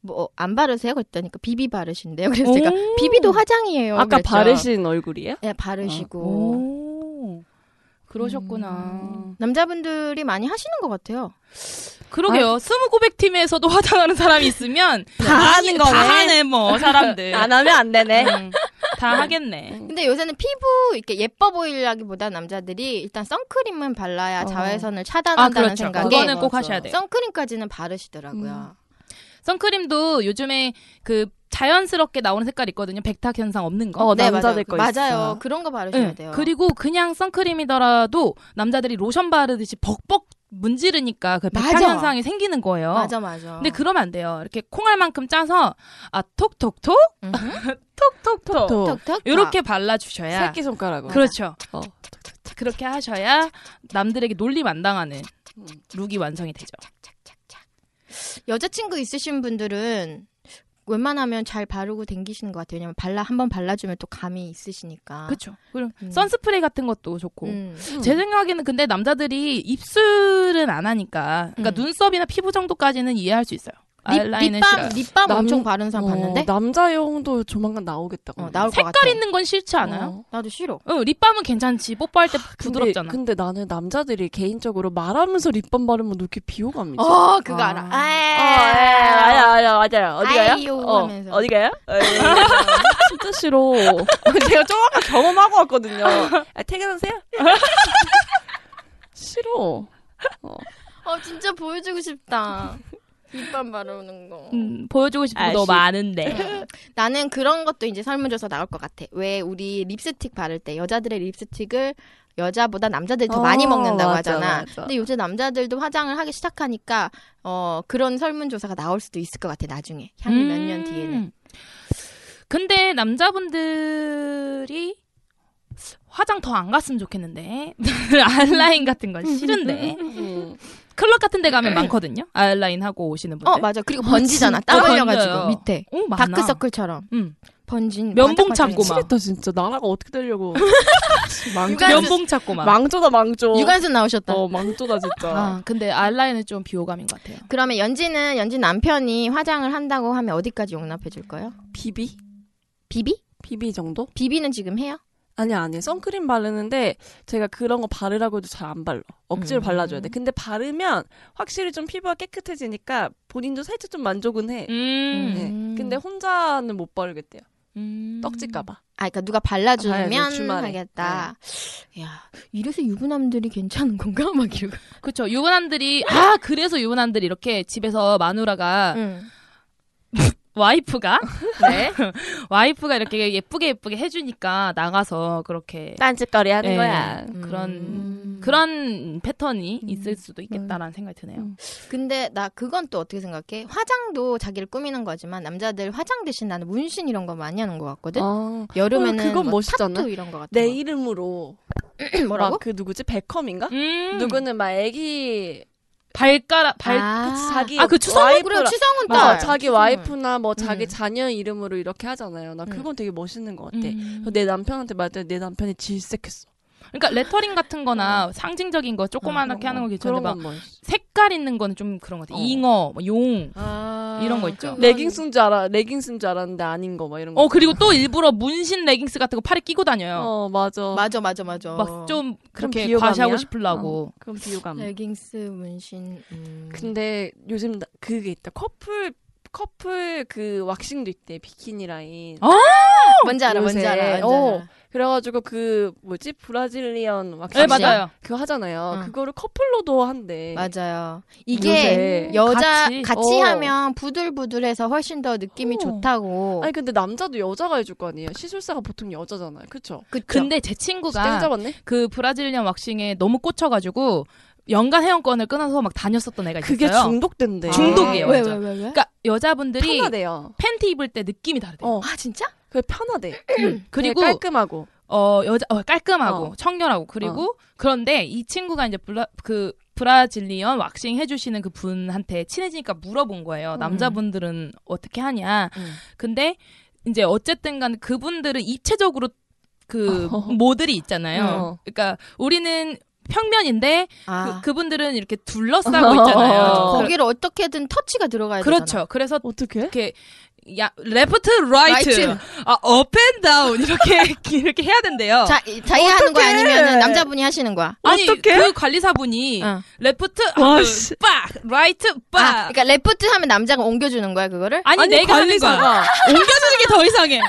뭐 안 바르세요? 그랬더니 그 비비 바르신대요. 그래서 제가 오. 비비도 화장이에요. 아까 그렇죠. 그랬죠. 바르신 얼굴이에요? 네, 바르시고 어. 오. 음. 그러셨구나. 음. 남자분들이 많이 하시는 것 같아요. 그러게요. 스무고백 팀에서도 *laughs* 화장하는 사람이 있으면 아. 다 하는 다 거네. 하네 뭐 *laughs* 사람들. 안 하면 안 되네. 음, 다 *laughs* 하겠네. 근데 요새는 피부 이렇게 예뻐 보이려기보다 남자들이 일단 선크림은 발라야 어. 자외선을 아 차단한다는 그렇죠. 생각에 그거는 꼭 맞아. 하셔야 돼요. 음. 선크림까지는 바르시더라고요. 선크림도 요즘에 그 자연스럽게 나오는 색깔 있거든요. 백탁 현상 없는 거. 어, 남자들 거 네, 맞아요. 있어. 맞아요. 그런 거 바르셔야 네. 돼요. 그리고 그냥 선크림이더라도 남자들이 로션 바르듯이 벅벅 문지르니까 그 백탁 맞아. 현상이 생기는 거예요. 맞아 맞아. 근데 그러면 안 돼요. 이렇게 콩알만큼 짜서 아 톡톡톡 음. 톡톡톡 또 톡톡 이렇게 발라 주셔야 새끼 손가락으로. 그렇죠. 어. 그렇게 하셔야 남들에게 놀림 안 당하는 음. 룩이 완성이 되죠. 여자친구 있으신 분들은 웬만하면 잘 바르고 댕기시는 것 같아요. 왜냐면 발라 한 번 발라주면 또 감이 있으시니까. 그렇죠. 그럼 음. 선스프레이 같은 것도 좋고. 음. 제 생각에는 근데 남자들이 입술은 안 하니까 그러니까 음. 눈썹이나 피부 정도까지는 이해할 수 있어요. 립, 아이라인은 립밤 싫어요. 어, 립밤 남- 엄청 바른 사람 봤는데 음. 어, 남자용도 조만간 나오겠다고. 어, 나올 것 같아. 색깔 있는 건 싫지 않아요? 어. 나도 싫어. 어, 립밤은 괜찮지. 뽀뽀할 때 근데- 부드럽잖아. 근데, 나는 남자들이 개인적으로 말하면서 립밤 바르면 이렇게 비호감이 있어. 어 그거 아. 예, 알아. 네, 맞아요, 맞아요, 맞아요. 어디 가요? 아이요 어, 하면서. 어디 가요? 에이, 진짜 싫어. 제가 조금 아까 경험하고 왔거든요. 아, 퇴근하세요? 싫어. 어 진짜 보여주고 싶다. *laughs* 립밤 바르는 거. 음, 보여주고 싶은 아쉽- 거 많은데. *laughs* 나는 그런 것도 이제 설문조사 나올 것 같아. 왜 우리 립스틱 바를 때 여자들의 립스틱을 여자보다 남자들이 더 어, 많이 먹는다고 맞아, 하잖아. 맞아. 근데 요새 남자들도 화장을 하기 시작하니까 어 그런 설문조사가 나올 수도 있을 것 같아 나중에 향후 몇 년 뒤에는. 음. 근데 남자분들이 화장 더 안 갔으면 좋겠는데 *laughs* 아이라인 같은 건 *laughs* 싫은데 음. 클럽 같은 데 가면 많거든요 아이라인 하고 오시는 분들 어 맞아 그리고 번지잖아 땀 진짜 흘려가지고 번져요. 밑에 오, 많아. 다크서클처럼 음. 번진 면봉 반짝반짝. 창고 막 싫다, 진짜. 나라가 *laughs* 어떻게 되려고. *laughs* 망조. 유관순- 면봉 찾고 막 망조다, 망조. 유관순 나오셨다. 어, 망조다, 진짜. 아, 근데 아이라인은 좀 비호감인 것 같아요 그러면 연지는 연지 남편이 화장을 한다고 하면 어디까지 용납해 줄 거예요? 비비? 비비? 비비 정도? 비비는 지금 해요? 아니 아니 선크림 바르는데 제가 그런 거 바르라고 해도 잘 안 발라 억지로 음. 발라줘야 돼 근데 바르면 확실히 좀 피부가 깨끗해지니까 본인도 살짝 좀 만족은 해 음. 네. 근데 혼자는 못 바르겠대요 떡질까봐 아, 그러니까 누가 아, 발라주면 예, 주말에. 네. 하겠다. 야, 이래서 유부남들이 괜찮은 건가? *laughs* 막 이러고. 그쵸 유부남들이 아 그래서 유부남들이 이렇게 집에서 마누라가 응. 와이프가 *laughs* 네. 와이프가 이렇게 예쁘게 예쁘게 해주니까 나가서 그렇게 딴짓거리 하는 예, 거야 그런 음. 그런 패턴이 있을 수도 있겠다라는 생각이 드네요. 근데 나 그건 또 어떻게 생각해? 화장도 자기를 꾸미는 거지만 남자들 화장 대신 나는 네? 문신 이런 거 많이 하는 것 같거든. 아, 여름에는 어, 그건 뭐 멋있잖아. 타투 이런 거 같은 내 거. 이름으로 뭐라고? 그 누구지? 베컴인가? 음. 누구는 막 애기 발가락 발 아, 그치, 자기 아, 그 추성훈 그래 와이프라 추성훈 맞아, 딸. 자기 추성훈. 와이프나 뭐 자기 음. 자녀 이름으로 이렇게 하잖아요. 나 음. 그건 되게 멋있는 것 같아. 음. 내 남편한테 말했더니 내 남편이 질색했어. 그러니까 레터링 같은 거나 상징적인 거 조그만하게 하는 거 괜찮은데 아, 그런 막 건 멋있어. 색깔 색깔 있는 거는 좀 그런 것 같아. 어. 잉어, 뭐 용. 아, 이런 거 있죠. 그건- 레깅스인 줄 알아. 레깅스인 줄 알았는데 아닌 거 막 이런 거. 어, 그리고 또 일부러 문신 레깅스 같은 거 팔에 끼고 다녀요. 어, 맞아. 맞아 맞아 맞아. 막 좀 어. 그럼 어. 그렇게 비호감이야? 과시하고 싶으려고. 그럼 비호감. 레깅스 문신. 음. 음. 근데 어, 요즘 나- 그게 있다. 커플 커플 그 왁싱도 있대. 비키니 라인. 어? 뭔지 알아 뭔지 요새- 알아. 어. 뭔지 알아. 그래가지고 그 뭐지 브라질리언 왁싱. 네, 맞아요. 그거 하잖아요. 응. 그거를 커플로도 한대. 맞아요. 요새 이게 여자 같이, 같이, 어. 하면 부들부들해서 훨씬 더 느낌이 어. 좋다고. 아니 근데 남자도 여자가 해줄 거 아니에요. 시술사가 보통 여자잖아요. 그쵸? 그쵸? 근데 제 땡 친구가 잡았네. 그 브라질리안 왁싱에 너무 꽂혀가지고 연간 회원권을 끊어서 막 다녔었던 애가 있어요. 그게 중독된대. 중독이에요, 왜 완전. 왜, 왜, 왜? 그러니까 여자분들이 편하대요. 팬티 입을 때 느낌이 다르대요. 어, 아 진짜? 그게 편하대. 그리고 그리고 어, 네, 깔끔하고. 어 여자 어, 깔끔하고 어. 청결하고 그리고 그런데 이 친구가 이제 브라, 그 브라질리언 왁싱 해주시는 그 분한테 친해지니까 물어본 거예요. 남자분들은 어떻게 하냐. 음. 근데 이제 어쨌든간 그분들은 입체적으로 그 어. 모델이 있잖아요. 어. 그러니까 우리는 평면인데 아. 그, 분들은 이렇게 둘러싸고 있잖아요. 어. 그- 거기를 어떻게든 터치가 들어가야 그렇죠. 그래서 어떻게? 이렇게 야 레프트 라이트, 라이트. 아 업앤 다운 이렇게 *laughs* 이렇게 해야 된대요. 되잖아. 자, 자기 하는 거야 아니면 남자분이 하시는 거야? 아니 어떡해? 그 관리사분이 어. 레프트 와, 아, 씨. 빡 라이트 빡 아, 그러니까 레프트 하면 남자가 옮겨주는 거야 그거를? 아니, 내가 하는 거야 *laughs* 옮겨주는 게 더 이상해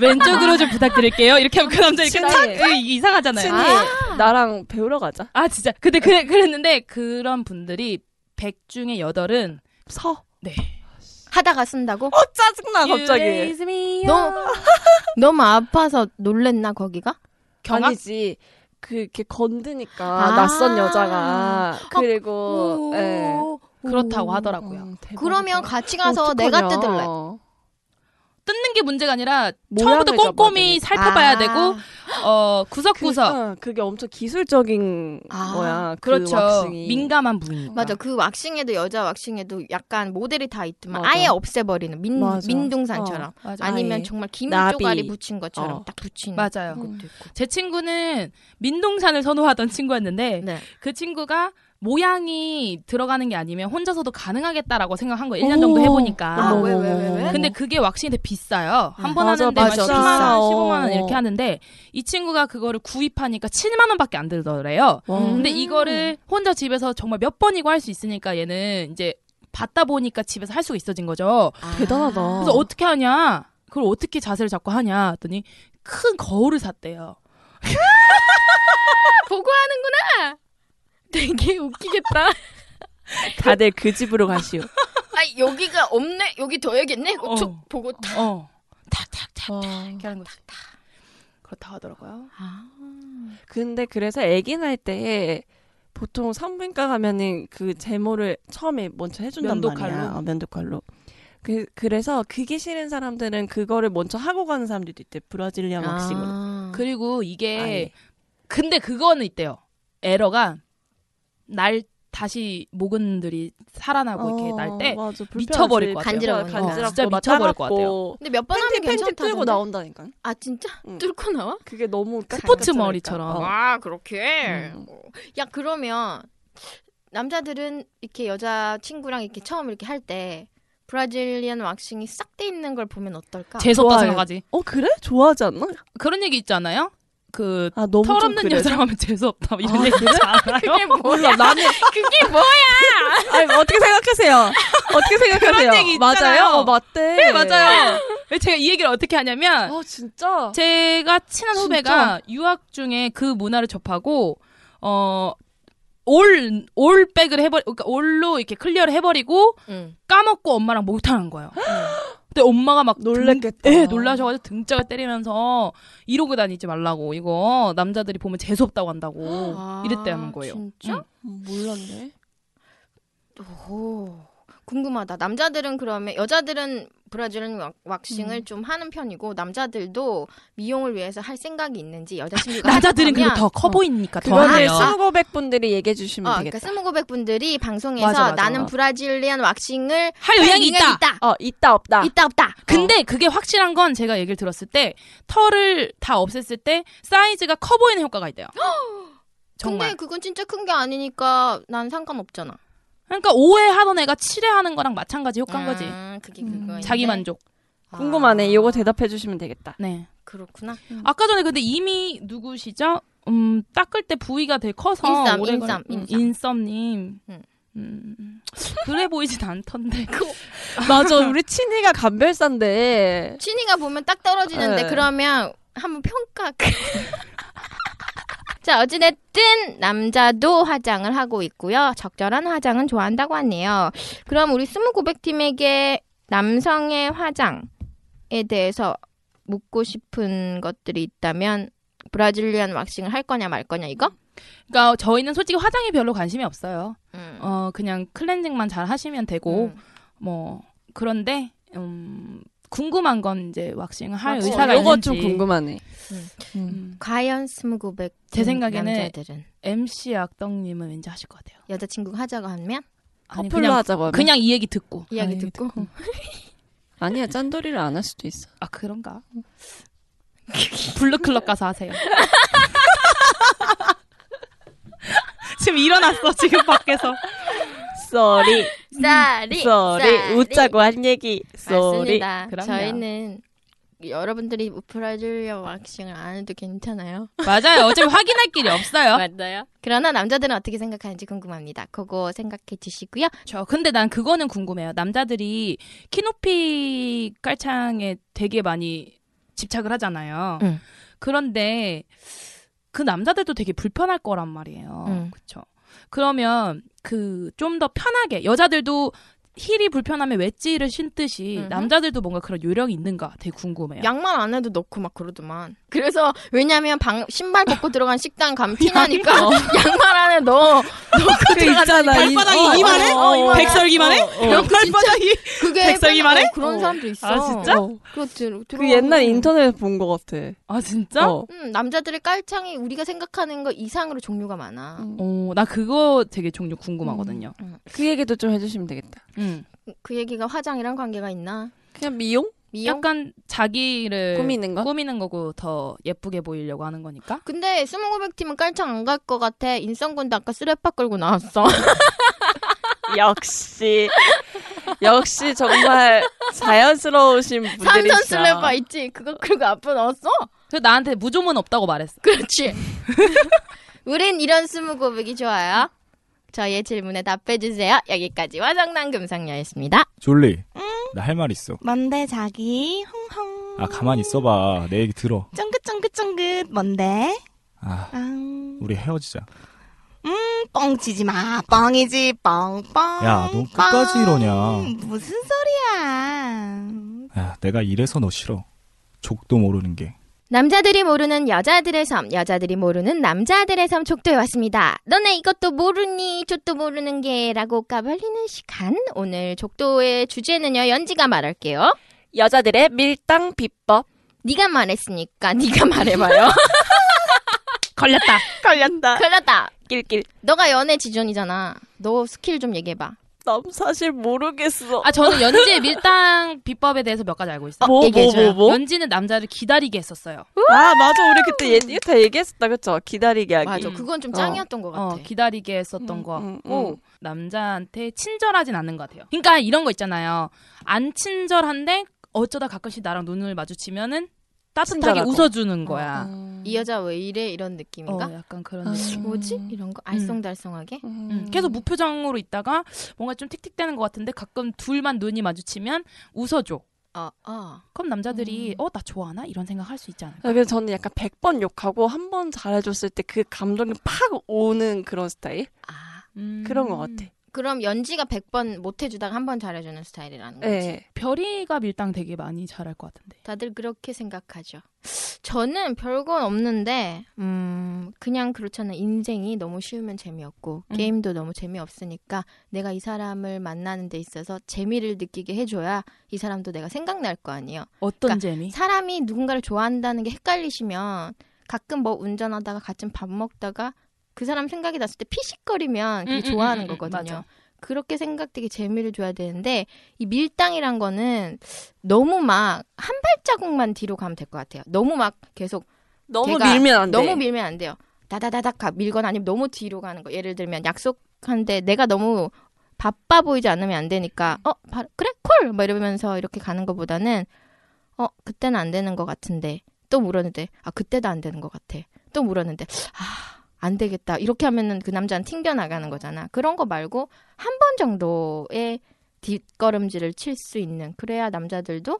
왼쪽으로 좀 부탁드릴게요 이렇게 하면 그 남자 이렇게 친해. 착 이게 이상하잖아요 친이 아, 나랑 배우러 가자. 아, 진짜 근데 그래 그랬는데 그런 분들이 100 중에 8은 서. 하다가 쓴다고? 어 짜증나 갑자기. 너무 너무 아파서 놀랬나 거기가? 경악 아니지. 그 이렇게 건드니까 아. 낯선 여자가 그리고 예. 어, 오, 음, 그렇다고 하더라고요 어, 대박이다. 그러면 같이 가서 어떡하냐. 내가 뜯을래. 뜯는 게 문제가 아니라 모양을 처음부터 꼼꼼히 살펴봐야 아. 되고 어 그, 구석구석 어, 그게 엄청 기술적인 아, 거야. 그 그렇죠 왁싱이. 민감한 부위니까 맞아 그 왁싱에도 여자 왁싱에도 약간 모델이 다 있지만 맞아. 아예 없애버리는 민, 맞아. 어. 민둥산처럼 맞아. 아니면 아예. 정말 나비. 김조가리 붙인 것처럼 어. 딱 붙이는 맞아요. 것도 있고. 제 친구는 민동산을 선호하던 친구였는데 네. 그 친구가 모양이 들어가는 게 아니면 혼자서도 가능하겠다라고 생각한 거예요. 1년 정도 해보니까. 아, 왜, 왜, 왜, 왜? 근데 그게 왁싱이 되게 비싸요. 한 번 네. 음. 맞아, 하는데 막 맞아. 어. 10만 원, 비싸요. 15만 원 이렇게 하는데 이 친구가 그거를 구입하니까 7만 원밖에 안 들더래요. 근데 음. 이거를 혼자 집에서 정말 몇 번이고 할 수 있으니까 얘는 이제 받다 보니까 집에서 할 수가 있어진 거죠. 아, 대단하다. 아. *laughs* 그래서 어떻게 하냐? 그걸 어떻게 자세를 잡고 하냐? 했더니 큰 거울을 샀대요. 보고 하는구나. 되게 웃기겠다. 다들 그 집으로 *laughs* 가시오. 아 여기가 없네. 여기 더야겠네. 어. 쭉 보고 탁. 어. 탁탁탁 이렇게 하는 거지. 그렇다 하더라고요. 근데 그래서 애기 날 때 보통 산부인과 가면은 그 제모를 처음에 먼저 해준단 면도칼로? 말이야. 어, 면도칼로. 그, 그래서 그게 싫은 사람들은 그거를 먼저 하고 가는 사람들도 있대. 브라질리안 아. 왁싱으로. 아. 그리고 이게 어. 아예. 근데 그거는 있대요. 에러가 날 다시 모근들이 살아나고 이렇게 날 때 어, 맞아, 어, 미쳐버릴 것 같아요. 간지러우니까. 간지럽고 진짜 막 미쳐버릴 것 따갑고. 근데 몇 번 팬티 하면 팬티 뚫고 괜찮다던데. 나온다니까. 아 진짜? 응. 뚫고 나와? 그게 너무 스포츠 깎아짜니까. 머리처럼. 어. 아 그렇게. 음. 어. 야 그러면 남자들은 이렇게 여자 친구랑 이렇게 처음 이렇게 할 때 브라질리안 왁싱이 싹 돼 있는 걸 보면 어떨까? 재수없다 좋아요. 생각하지. 어 그래? 좋아하지 않나? 그런 얘기 있잖아요. 그 아 너무 좀 아, 털없는 그래서. 여자랑 하면 재수없다 뭐 이런 얘기 있지 않아요? 몰라 *laughs* 나는 *laughs* 그게 뭐야? 어, 아니 어떻게 생각하세요? 어떻게 생각하세요? 얘기 있잖아요. 맞아요. 어, 맞대. 네 맞아요. 왜 제가 이 얘기를 어떻게 하냐면 아 진짜. 제가 친한 후배가 유학 중에 그 문화를 접하고 어, 어올 올백을 해버리 그러니까 올로 이렇게 클리어를 해버리고 응. 까먹고 엄마랑 목욕탕한 거예요. 근데 엄마가 막 놀랬겠다. 등, 예, 놀라셔가지고 등짝을 때리면서 이러고 다니지 말라고 이거 남자들이 보면 재수 없다고 한다고 어, 이랬다는 거예요. 진짜? 응. 몰랐네. 오, 궁금하다. 남자들은 그러면 여자들은 브라질은 왁- 음. 왁싱을 좀 하는 편이고 남자들도 미용을 위해서 할 생각이 있는지 여자친구가 하는 남자들은 그리고 더 커 어. 보이니까 더 그거를 하네요. 스무고백 분들이 얘기해 주시면 어, 그러니까 되겠다. 스무고백 분들이 방송에서 맞아, 맞아. 나는 브라질리안 왁싱을 할 할 의향이 있다. 어, 있다 없다. 있다 없다. 어. 근데 그게 확실한 건 제가 얘기를 들었을 때 털을 다 없앴을 때 사이즈가 커 보이는 효과가 있대요. 정말. 근데 그건 진짜 큰 게 아니니까 난 상관없잖아. 그러니까 5회 하던 애가 7회 하는 거랑 마찬가지 효과인 거지. 아, 그게 음. 그거 자기 만족. 궁금하네. 이거 대답해 주시면 되겠다. 네. 그렇구나. 아까 전에 근데 이미 누구시죠? 음, 닦을 때 부위가 되게 커서 인썸, 오래 인썸, 걸리- 음, 인썸. 인썸님. 음. 음, 그래 보이진 *laughs* 않던데. 맞아. 우리 친이가 감별사인데. 친이가 보면 딱 떨어지는데 네. 그러면 한번 평가. *laughs* 자 어찌됐든 남자도 화장을 하고 있고요. 적절한 화장은 좋아한다고 하네요. 그럼 우리 스무고백팀에게 남성의 화장에 대해서 묻고 싶은 것들이 있다면 브라질리안 왁싱을 할 거냐 말 거냐 이거? 그러니까 저희는 솔직히 화장에 별로 관심이 없어요. 음. 어, 그냥 클렌징만 잘 하시면 되고 음. 뭐 그런데 음, 궁금한 건 이제 왁싱을 할 어, 의사가 요거 있는지. 좀 궁금하네. 음. 음. 음, 과연 스무고백 음, 제 생각에는 남자들은 MC 악덕님은 왠지 하실 것 같아요. 여자친구가 하자고 하면 아니, 커플로 그냥 어, 하자고 하면. 그냥 이 얘기 듣고 이야기 아니, 음. 듣고 아니야. 짠돌이를 안 할 수도 있어. *laughs* 아 그런가? 블루클럽 가서 하세요. 지금 일어났어 지금 밖에서. 쏘리. 쏘리 쏘리. 웃자고 한 얘기. 쏘리. 맞습니다. 그럼요. 저희는 여러분들이 브라질리아 왁싱을 안 해도 괜찮아요. 맞아요. 어차피 확인할 길이 없어요. 맞나요? 그러나 남자들은 어떻게 생각하는지 궁금합니다. 그거 생각해 주시고요. 저 근데 난 그거는 궁금해요. 남자들이 키높이 깔창에 되게 많이 집착을 하잖아요. 응. 그런데 그 남자들도 되게 불편할 거란 말이에요. 응. 그렇죠. 그러면 그 좀 더 편하게 여자들도 힐이 불편하면 웨지를 신듯이 음흠. 남자들도 뭔가 그런 요령이 있는가 되게 네. 궁금해요. 양말 안 해도 넣고 막 그러더만. 그래서 왜냐면 방 신발 벗고 들어간 식당 *laughs* 가면 티나니까 *laughs* 양말 안에 넣어. 어. 그 있잖아. 이- 어, 어, 어, 어. 백설기만해? 발바닥이 그게 백성이 팬- 어, 말해? 그런 어. 사람도 있어. 아, 진짜? 어. 그렇지. 그 옛날 인터넷 본것 같아. 아 진짜? 어. 어. 음, 남자들의 깔창이 우리가 생각하는 거 이상으로 종류가 많아. 음. 어, 나 그거 되게 종류 궁금하거든요. 그 얘기도 좀 해주시면 되겠다. 음. 그 얘기가 화장이랑 관계가 있나? 그냥 미용? 미용? 약간 자기를 꾸미는 거? 꾸미는 거고 더 예쁘게 보이려고 하는 거니까. 근데 스무고백 팀은 깔창 안 갈 것 같아. 인성군도 아까 쓰레빠 끌고 *laughs* 나왔어. 역시. 역시 정말 자연스러우신 분들이시다. 삼선 쓰레빠 있지. 그거 끌고 앞으로 나왔어. 그래서 나한테 무좀은 없다고 말했어. *laughs* 그렇지. *laughs* 우린 이런 스무고백이 좋아요. 저희의 질문에 답해주세요. 여기까지 화장난 금상녀였습니다. 졸리 나 할 말 있어 뭔데 자기? 헝헝. 아 가만히 있어봐 내 얘기 들어 쫑긋쫑긋쫑긋 뭔데? 아 음, 우리 헤어지자 뻥치지 마. 뻥이지. 뻥뻥. 아, 야, 너 끝까지 뻥. 이러냐. 무슨 소리야. 야 내가 이래서 너 싫어 족도 모르는 게 남자들이 모르는 여자들의 섬, 여자들이 모르는 남자들의 섬 족도에 왔습니다. 너네 이것도 모르니, 족도 모르는 게라고 까발리는 시간. 오늘 족도의 주제는요, 연지가 말할게요. 여자들의 밀당 비법. 네가 말했으니까 네가 *laughs* *laughs* 말해봐요. 걸렸다. 걸렸다. 그 걸렸다. 낄낄. 너가 연애 지존이잖아. 너 스킬 좀 얘기해봐. 난 사실 모르겠어. 아 저는 연지의 밀당 비법에 대해서 몇 가지 알고 있어요. 뭐, 얘기해줘요. 뭐, 뭐, 뭐? 연지는 남자를 기다리게 했었어요. 아, 맞아. 우리 그때 얘, 이거 다 얘기했었다. 그쵸? 기다리게 하기. 맞아. 음. 그건 좀 어. 짱이었던 것 같아. 어, 기다리게 했었던 음, 거 음, 같고 음. 남자한테 친절하진 않는 것 같아요. 그러니까 이런 거 있잖아요. 안 친절한데 어쩌다 가끔씩 나랑 눈을 마주치면은 따뜻하게 친절하고. 웃어주는 거야. 이 여자 왜 이래? 이런 느낌인가? 어, 약간 그런 아. 느낌. 뭐지? 이런 거 알쏭달쏭하게? 음, 계속 무표정으로 있다가 뭔가 좀 틱틱대는 것 같은데 가끔 둘만 눈이 마주치면 웃어줘. 어, 어. 그럼 남자들이 어 나 좋아하나 이런 생각할 수 있지 않을까? 아, 그래서 저는 약간 100번 욕하고 한 번 잘해줬을 때 그 감정이 팍 오는 그런 스타일? 아. 그런 것 음. 같아. 그럼 연지가 100번 못 해주다가 한 번 잘해주는 네. 스타일이라는 거지. 예. 별이가 밀당 되게 많이 잘할 것 같은데. 다들 그렇게 생각하죠. 저는 별건 없는데 음 그냥 그렇잖아 인생이 너무 쉬우면 재미없고 음. 게임도 너무 재미없으니까 내가 이 사람을 만나는 데 있어서 재미를 느끼게 해줘야 이 사람도 내가 생각날 거 아니에요 그러니까 어떤 재미? 사람이 누군가를 좋아한다는 게 헷갈리시면 가끔 뭐 운전하다가 같이 밥 먹다가 그 사람 생각이 났을 때 피식거리면 그게 음, 음, 좋아하는 음, 음, 거거든요. 맞아. 그렇게 생각되게 재미를 줘야 되는데 이 밀당이란 거는 너무 막 한 발자국만 뒤로 가면 될 것 같아요. 너무 막 계속 너무 걔가 밀면 안 돼. 너무 밀면 안 돼요. 다다다닥 가 밀거나 아니면 너무 뒤로 가는 거. 예를 들면 약속한데 내가 너무 바빠 보이지 않으면 안 되니까 어 바로 그래 콜 막 이러면서 이렇게 가는 것보다는 어 그때는 안 되는 것 같은데 또 물었는데 아 그때도 안 되는 것 같아 또 물었는데 아 안 되겠다 이렇게 하면은 그 남자는 튕겨 나가는 거잖아 그런 거 말고 한 번 정도의 뒷걸음질을 칠 수 있는 그래야 남자들도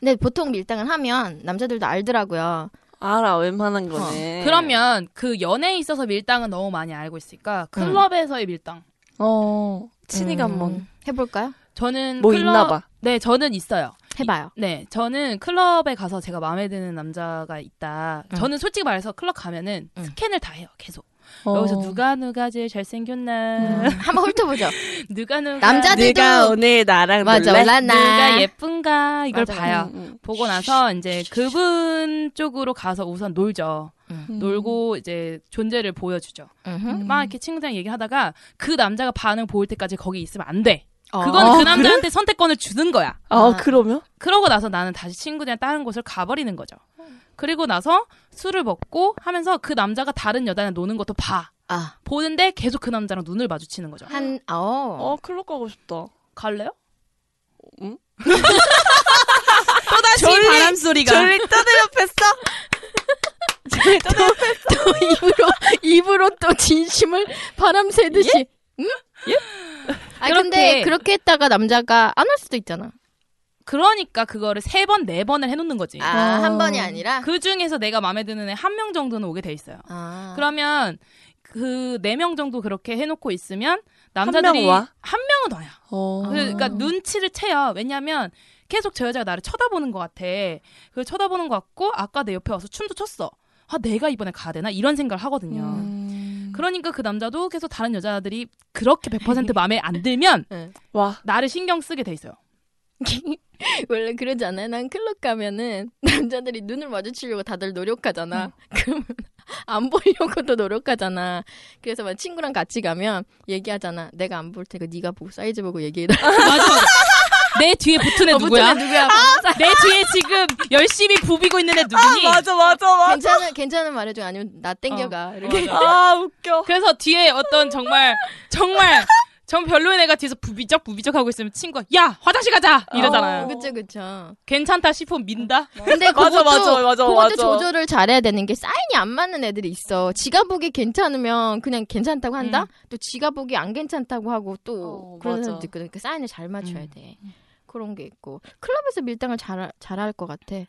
근데 보통 밀당을 하면 남자들도 알더라고요 알아 웬만한 거네. 어, 그러면 그 연애에 있어서 밀당은 너무 많이 알고 음. 있으니까 클럽에서의 밀당. 어 친이가 한번 음, 해볼까요 저는 뭐 클럽- 있나 봐. 네, 저는 있어요. 해봐요 네, 저는 클럽에 가서 제가 마음에 드는 남자가 있다. 응. 저는 솔직히 말해서 클럽 가면은 응. 스캔을 다 해요, 계속. 어. 어. 여기서 누가 누가 제일 잘생겼나, 음. *laughs* 한번 훑어보죠 *laughs* 누가 누가 남자들도 네가 오늘 나랑 아, 맞아 놀래? 올랐나 누가 예쁜가 이걸 맞아. 봐요. 음, 음. 보고 나서 이제 그분 쪽으로 가서 우선 놀죠. 음. 놀고 이제 존재를 보여주죠. 음흠. 막 이렇게 친구들이랑 얘기하다가 그 남자가 반응 보일 때까지 거기 있으면 안 돼. 어. 그건 그 남자한테 선택권을 주는 거야. 아 아. 그러면 그러고 나서 나는 다시 친구들이랑 다른 곳을 가버리는 거죠. 그리고 나서 술을 먹고 하면서 그 남자가 다른 여자랑 노는 것도 봐. 아, 보는데 계속 그 남자랑 눈을 마주치는 거죠. 한, 어. 어 클럽 가고 싶다. 갈래요? 또다시 바람 소리가. 졸리 떠들어 *laughs* 뺐어. 졸리 떠들어 *laughs* 또 입으로, 입으로 또 진심을 바람 새듯이. 응? 아, 근데 예? 그렇게. 그렇게 했다가 남자가 안 올 수도 있잖아. 그러니까 그거를 세 번, 네 번을 해놓는 거지. 아, 한 번이 아니라? 그 중에서 내가 마음에 드는 애 한 명 정도는 오게 돼 있어요. 아. 그러면 그 네 명 정도 그렇게 해놓고 있으면 명 남자들이 와? 한 명은 와요. 어. 아. 그러니까 눈치를 채요. 왜냐면 계속 저 여자가 나를 쳐다보는 것 같아. 그 쳐다보는 것 같고 아까 내 옆에 와서 춤도 췄어. 아 내가 이번에 가야 되나 이런 생각을 하거든요. 음. 그러니까 그 남자도 계속 다른 여자들이 그렇게 100% 마음에 안 들면 와. 나를 신경 쓰게 돼 있어요. *laughs* 원래 그러지 않아요? 난 클럽 가면은 *laughs* 남자들이 눈을 마주치려고 다들 노력하잖아. *laughs* 그러면 안 보려고도 노력하잖아. 그래서 막 친구랑 같이 가면 얘기하잖아. 내가 안 볼 테니까 네가 보고 사이즈 보고 얘기해라. 맞아. 맞아. 내 뒤에 어, 붙은 애 누구야? 아, 누구야? 내 뒤에 지금 열심히 부비고 있는 애 누구니? 맞아 *laughs* 괜찮은 괜찮은 말해줘. 아니면 나 땡겨가. 이렇게. 아 웃겨. 그래서 뒤에 어떤 정말 정말 전 별로인 애가 뒤에서 부비적 부비적 하고 있으면 친구가 야 화장실 가자 이러잖아요. 그쵸 그쵸. 괜찮다 싶으면 민다. 근데 맞아, 그것도 맞아, 맞아, 그것도 맞아. 조절을 잘해야 되는 게 사인이 안 맞는 애들이 있어. 지가 보기 괜찮으면 그냥 괜찮다고 한다. 음. 또 지가 보기 안 괜찮다고 하고 또 어, 그런 맞아. 사람도 있거든. 그러니까 사인을 잘 맞춰야 돼. 그런 게 있고 클럽에서 밀당을 잘 잘할 것 같아.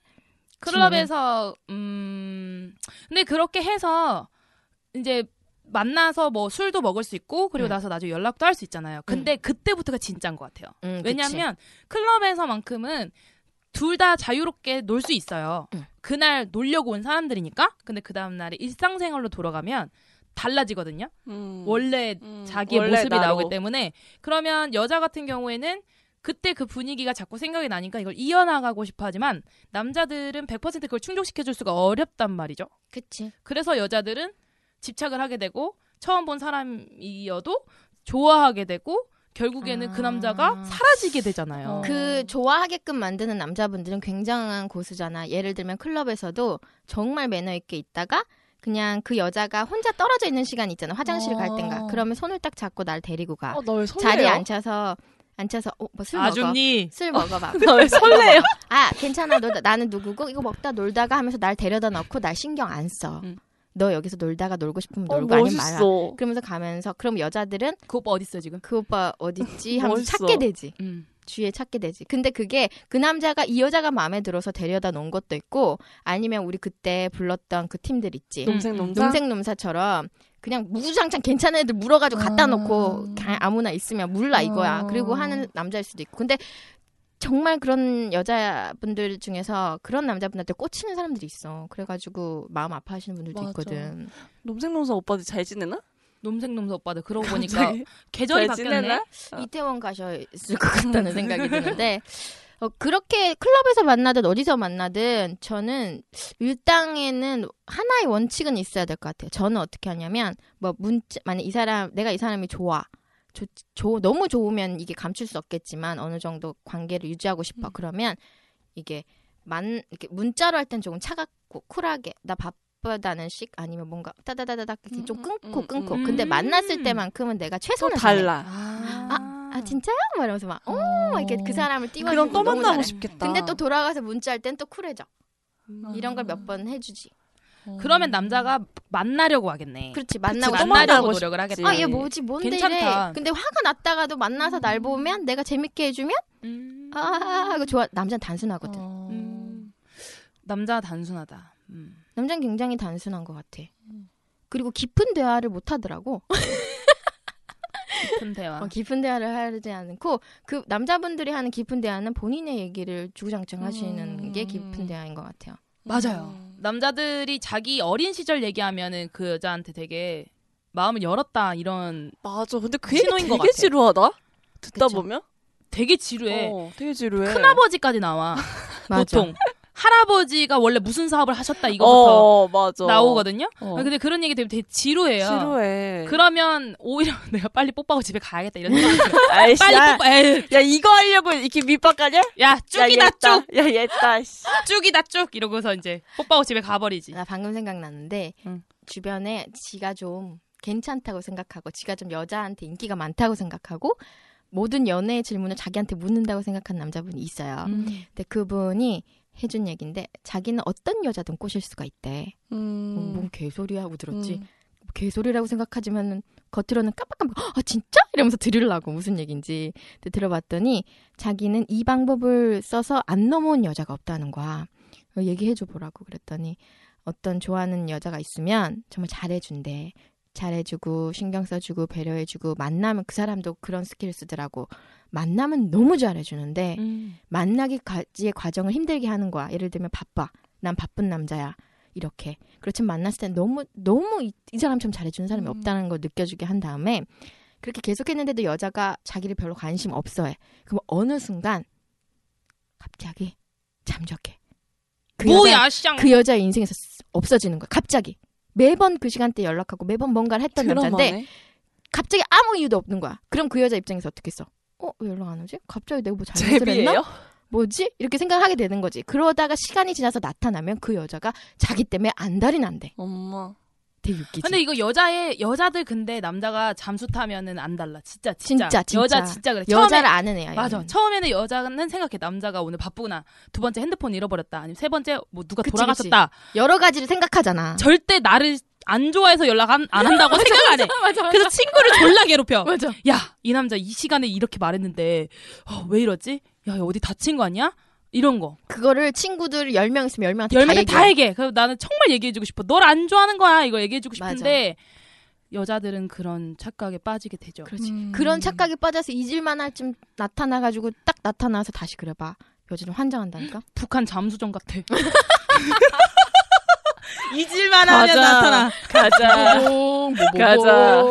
클럽에서 음 근데 그렇게 해서 이제 만나서 뭐 술도 먹을 수 있고 그리고 음. 나서 나중에 연락도 할 수 있잖아요. 근데 그때부터가 진짜인 것 같아요. 음, 그치. 왜냐하면 클럽에서만큼은 둘 다 자유롭게 놀 수 있어요. 음. 그날 놀려고 온 사람들이니까. 근데 그 다음 날에 일상생활로 돌아가면 달라지거든요. 음. 음. 원래 자기의 모습이 나오기 때문에 그러면 여자 같은 경우에는 그때 그 분위기가 자꾸 생각이 나니까 이걸 이어나가고 싶어 하지만 남자들은 100% 그걸 충족시켜줄 수가 어렵단 말이죠. 그치. 그래서 여자들은 집착을 하게 되고 처음 본 사람이어도 좋아하게 되고 결국에는 그 아. 남자가 사라지게 되잖아요. 그 좋아하게끔 만드는 남자분들은 굉장한 고수잖아. 예를 들면 클럽에서도 정말 매너 있게 있다가 그냥 그 여자가 혼자 떨어져 있는 시간 있잖아. 화장실 갈 어. 땐가. 그러면 손을 딱 잡고 날 데리고 가. 어널 자리에 앉혀서 앉혀서 어, 뭐술 먹어. 아줌니 술 *laughs* 먹어봐. 널 설레요. *laughs* 아 괜찮아. 너, 나- 나는 누구고 이거 먹다 놀다가 하면서 날 데려다 놓고 날 신경 안 써. 음. 너 여기서 놀다가 놀고 싶으면 어, 놀고 아니면 말아. 멋있어. 그러면서 가면서 그럼 여자들은 그 오빠 어디 있어 지금? 그 오빠 어딨지 하면서 멋있어. 찾게 되지. 음. 주위에 찾게 되지. 근데 그게 그 남자가 이 여자가 마음에 들어서 데려다 놓은 것도 있고 아니면 우리 그때 불렀던 그 팀들 있지. 농생 음. 농사. 농생 놈사처럼 그냥 무주장창 괜찮은 애들 아. 물어가지고 갖다 놓고 그냥 아무나 있으면 물라 이거야. 그리고 하는 남자일 수도 있고. 근데 정말 그런 여자분들 중에서 그런 남자분한테 꽂히는 사람들이 있어. 그래가지고 마음 아파하시는 분들도 맞아. 있거든. 놈생놈사 오빠들 잘 지내나? 놈생놈사 오빠들 그러고 보니까 계절이 잘 바뀌었네. 지내나? 어. 음. 이태원 가셨을 것 같다는 생각이 *laughs* 드는데 어, 그렇게 클럽에서 만나든 어디서 만나든 저는 일당에는 하나의 원칙은 있어야 될 것 같아요. 저는 어떻게 하냐면 뭐 문자 만약 이 사람 내가 이 사람이 좋아 좋- 좋- 너무 좋으면 이게 감출 수 없겠지만 어느 정도 관계를 유지하고 음. 싶어 그러면 이게 만 이렇게 문자로 할 땐 조금 차갑고 쿨하게 나 바쁘다는 식 아니면 뭔가 따다다다닥 이렇게 좀 음, 끊고 음, 끊고 음. 근데 만났을 음. 때만큼은 내가 또 최선을 다해. 달라. 아 진짜요? 막 이러면서 막 어, 막 이렇게 그 사람을 띄워 그럼 또 만나고 싶겠다. 근데 또 돌아가서 문자할 땐 또 쿨해져. 이런 걸 아. 몇 번 해주지. 어. 그러면 남자가 만나려고 하겠네. 그렇지 만나고 또 싶어. 만나- 만나려고 만나고 노력을 하겠네. 아, 얘 뭐지? 뭔데 괜찮다. 이래? 근데 화가 났다가도 만나서 날 보면 내가 재밌게 해주면 아 하고 좋아. 남자는 어. 단순하거든. 음. 남자 단순하다. 음. 남자는 굉장히 단순한 것 같아. 그리고 깊은 대화를 못 하더라고. 깊은 대화. 어, 깊은 대화를 하지 않고 그 남자분들이 하는 깊은 대화는 본인의 얘기를 주구장창 하시는 음. 게 깊은 대화인 것 같아요. 맞아요. 음. 남자들이 자기 어린 시절 얘기하면은 그 여자한테 되게 마음을 열었다 이런 맞아. 근데 그 얘기 신호인 되게 것 같아. 지루하다. 듣다 그쵸? 보면. 되게 지루해. 어, 되게 지루해. 큰아버지까지 나와. *laughs* 맞아. 보통 할아버지가 원래 무슨 사업을 하셨다 이거부터 어, 맞아. 나오거든요. 어. 아, 근데 그런 얘기 되면 되게 지루해요. 지루해. 그러면 오히려 *laughs* 내가 빨리 뽀뽀하고 집에 가야겠다 이런 생각. *laughs* 아이씨, 빨리 야, 뽀뽀. 에이, 야, 이거 하려고 이렇게 밑밥 가냐? 야 쭉이다 야, 쭉. 얘다. 야, 얘다. 씨. 아, 쭉이다 쭉 이러고서 이제 뽀뽀하고 집에 가버리지. 나 방금 생각났는데 응. 주변에 지가 좀 괜찮다고 생각하고 지가 좀 여자한테 인기가 많다고 생각하고 모든 연애 질문을 자기한테 묻는다고 생각한 남자분이 있어요. 음. 근데 그분이 해준 얘기인데 자기는 어떤 여자든 꼬실 수가 있대. 음. 어, 뭔 개소리야 하고 들었지. 뭐 개소리라고 생각하지만 겉으로는 깜빡깜빡 아 진짜? 이러면서 들으려고 무슨 얘기인지 근데 들어봤더니 자기는 이 방법을 써서 안 넘어온 여자가 없다는 거야 어, 얘기해줘 보라고 그랬더니 어떤 좋아하는 여자가 있으면 정말 잘해준대 잘해주고 신경 써주고 배려해주고 만나면 그 사람도 그런 스킬을 쓰더라고 만나면 너무 음. 잘해주는데 만나기까지의 과정을 힘들게 하는 거야. 예를 들면 바빠. 난 바쁜 남자야. 이렇게. 그렇지만 만났을 땐 너무 너무 이, 이 사람처럼 잘해주는 음. 사람이 없다는 걸 느껴주게 한 다음에 그렇게 계속했는데도 여자가 자기를 별로 관심 없어해. 그럼 어느 순간 갑자기 잠적해. 그 여자, 뭐야 쌍. 그 여자의 인생에서 쓰- 없어지는 거야. 갑자기. 매번 그 시간대 연락하고 매번 뭔가를 했던 남자인데 갑자기 아무 이유도 없는 거야. 그럼 그 여자 입장에서 어떻겠어? 어, 왜 연락 안 오지? 갑자기 내가 뭐 잘못을 했나? 제비예요? 뭐지? 이렇게 생각하게 되는 거지. 그러다가 시간이 지나서 나타나면 그 여자가 자기 때문에 안달이 난대. 엄마. 되게 웃기지. 근데 이거 여자의 여자들 근데 남자가 잠수 타면은 안 달라. 진짜 진짜, 진짜, 진짜. 여자 진짜 그래. 처음에 여자를 아는 애야. 맞아. 얘는. 처음에는 여자는 생각해. 남자가 오늘 바쁘구나. 두 번째 핸드폰 잃어버렸다. 아니면 세 번째 뭐 누가 그치, 돌아가셨다. 여러 가지를 생각하잖아. 절대 나를 안 좋아해서 연락 안, 안 한다고 생각 안 해. 그래서 친구를 졸라 괴롭혀. 맞아. 야, 이 남자 이 시간에 이렇게 말했는데 어, 왜 이러지? 야, 어디 다친 거 아니야? 이런 거. 그거를 친구들 10명 있으면 10명한테 열매를 다, 다 얘기해. 얘기해. 그래서 나는 정말 얘기해주고 싶어. 널 안 좋아하는 거야. 이걸 얘기해주고 맞아. 싶은데 여자들은 그런 착각에 빠지게 되죠. 그렇지. 그런 착각에 빠져서 잊을만 할쯤 나타나가지고 딱 나타나서 다시 그래봐. 여자는 환장한다니까. 북한 잠수정 *laughs* 같아. 잊을만 하면 나타나. 가자. 뭐, 가자.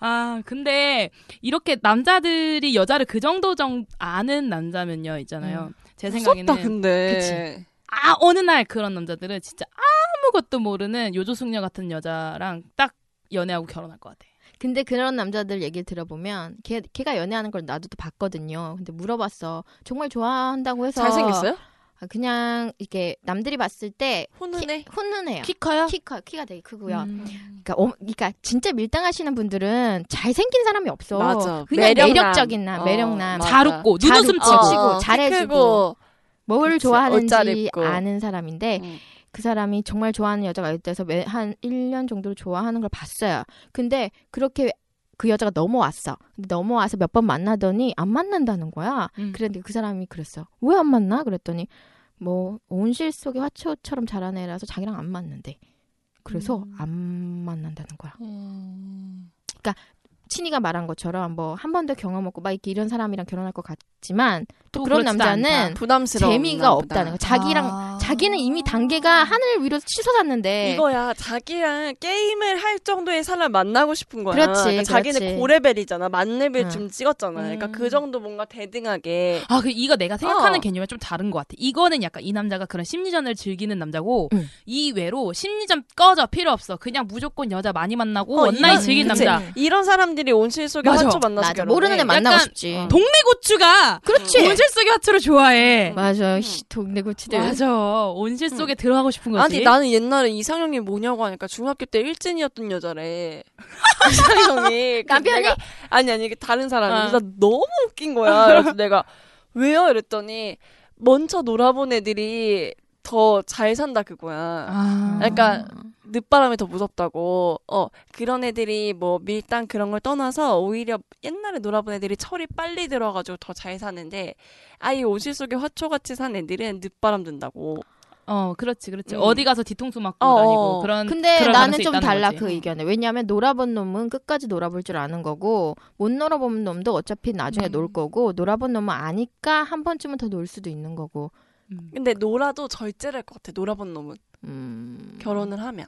아, 근데 이렇게 남자들이 여자를 그 정도 정 아는 남자면요, 있잖아요. 제 무섭다, 생각에는 근데. 아 어느 날 그런 남자들은 진짜 아무것도 모르는 요조숙녀 같은 여자랑 딱 연애하고 결혼할 것 같아. 근데 그런 남자들 얘기를 들어보면 걔, 걔가 연애하는 걸 나도 또 봤거든요. 근데 물어봤어. 정말 좋아한다고 해서 잘생겼어요? 아, 그냥 이렇게 남들이 봤을 때 훈훈해. 키, 훈훈해요. 키 커요? 키가 키가 되게 크고요. 음. 그러니까, 어, 그러니까 진짜 밀당하시는 분들은 잘생긴 사람이 없어. 맞아. 그냥 매력남. 매력적인 남, 어, 매력남. 맞아. 잘 웃고 눈웃음 어. 잘 치고. 웃고. 치고, 잘해주고. 뭘 그치, 옷잘 좋아하는지 입고. 아는 사람인데 음. 그 사람이 정말 좋아하는 여자가 있대서 매- 한 1년 정도를 좋아하는 걸 봤어요. 근데 그렇게 그 여자가 넘어왔어. 근데 넘어와서 몇 번 만나더니 안 만난다는 거야. 음. 그랬는데 그 사람이 그랬어. 왜 안 만나? 그랬더니 뭐 온실 속의 화초처럼 자란 애라서 자기랑 안 음. 맞는데. 그래서 안 만난다는 거야. 친이가 말한 것처럼 뭐 한 번도 경험 없고 막 이렇게 이런 사람이랑 결혼할 것 같지만 또 그런 뭐 그렇지도 남자는 않다. 부담스러운 재미가 남보다. 없다는 거. 자기랑 아. 자기는 이미 단계가 하늘 위로 치솟았는데 이거야 자기랑 게임을 할 정도의 사람을 만나고 싶은 거야. 그렇지, 그러니까 그렇지. 자기는 고레벨이잖아. 만렙을 응. 좀 찍었잖아. 그러니까 음. 그 정도 뭔가 대등하게 아, 그 이거 내가 생각하는 어. 개념이 좀 다른 것 같아. 이거는 약간 이 남자가 그런 심리전을 즐기는 남자고 음. 이 외로 심리전 꺼져 필요 없어. 그냥 무조건 여자 많이 만나고 어, 원나잇 이런- 즐긴 그치. 남자. 이런 사람들이 온실 속에 맞아. 화초 만나서 맞아 결혼해. 모르는 애 만나고 약간- 싶지. 어. 동네 고추가 그렇지. 온실 속의 화초를 좋아해. 맞아. 씨, 동네 고치들. 음. 맞아. 온실 속에 들어가고 싶은 거지. 아니 나는 옛날에 이상형이 뭐냐고 하니까 중학교 때 일진이었던 여자래. *laughs* 이상형이 그래서 남편이? 내가- 아니 아니 이게 다른 사람이 어. 진짜 너무 웃긴 거야. 그래서 내가 왜요? 이랬더니 먼저 놀아본 애들이 더 잘 산다 그거야. 아. 그러니까 늦바람이 더 무섭다고. 어 그런 애들이 뭐 밀당 그런 걸 떠나서 오히려 옛날에 놀아본 애들이 철이 빨리 들어가지고 더 잘 사는데 아예 온실 속에 화초같이 산 애들은 늦바람 든다고. 어, 그렇지, 그렇지. 음. 어디 가서 뒤통수 맞고 어, 다니고 어. 그런. 근데 그럴 나는 가능성이 좀 있다는 달라 거지. 그 의견에. 왜냐하면 놀아본 놈은 끝까지 놀아볼 줄 아는 거고 못 놀아본 놈도 어차피 나중에 음. 놀 거고 놀아본 놈은 아니까 한 번쯤은 더 놀 수도 있는 거고. 음. 근데 놀아도 절제를 할 것 같아. 놀아본 놈은 음. 결혼을 하면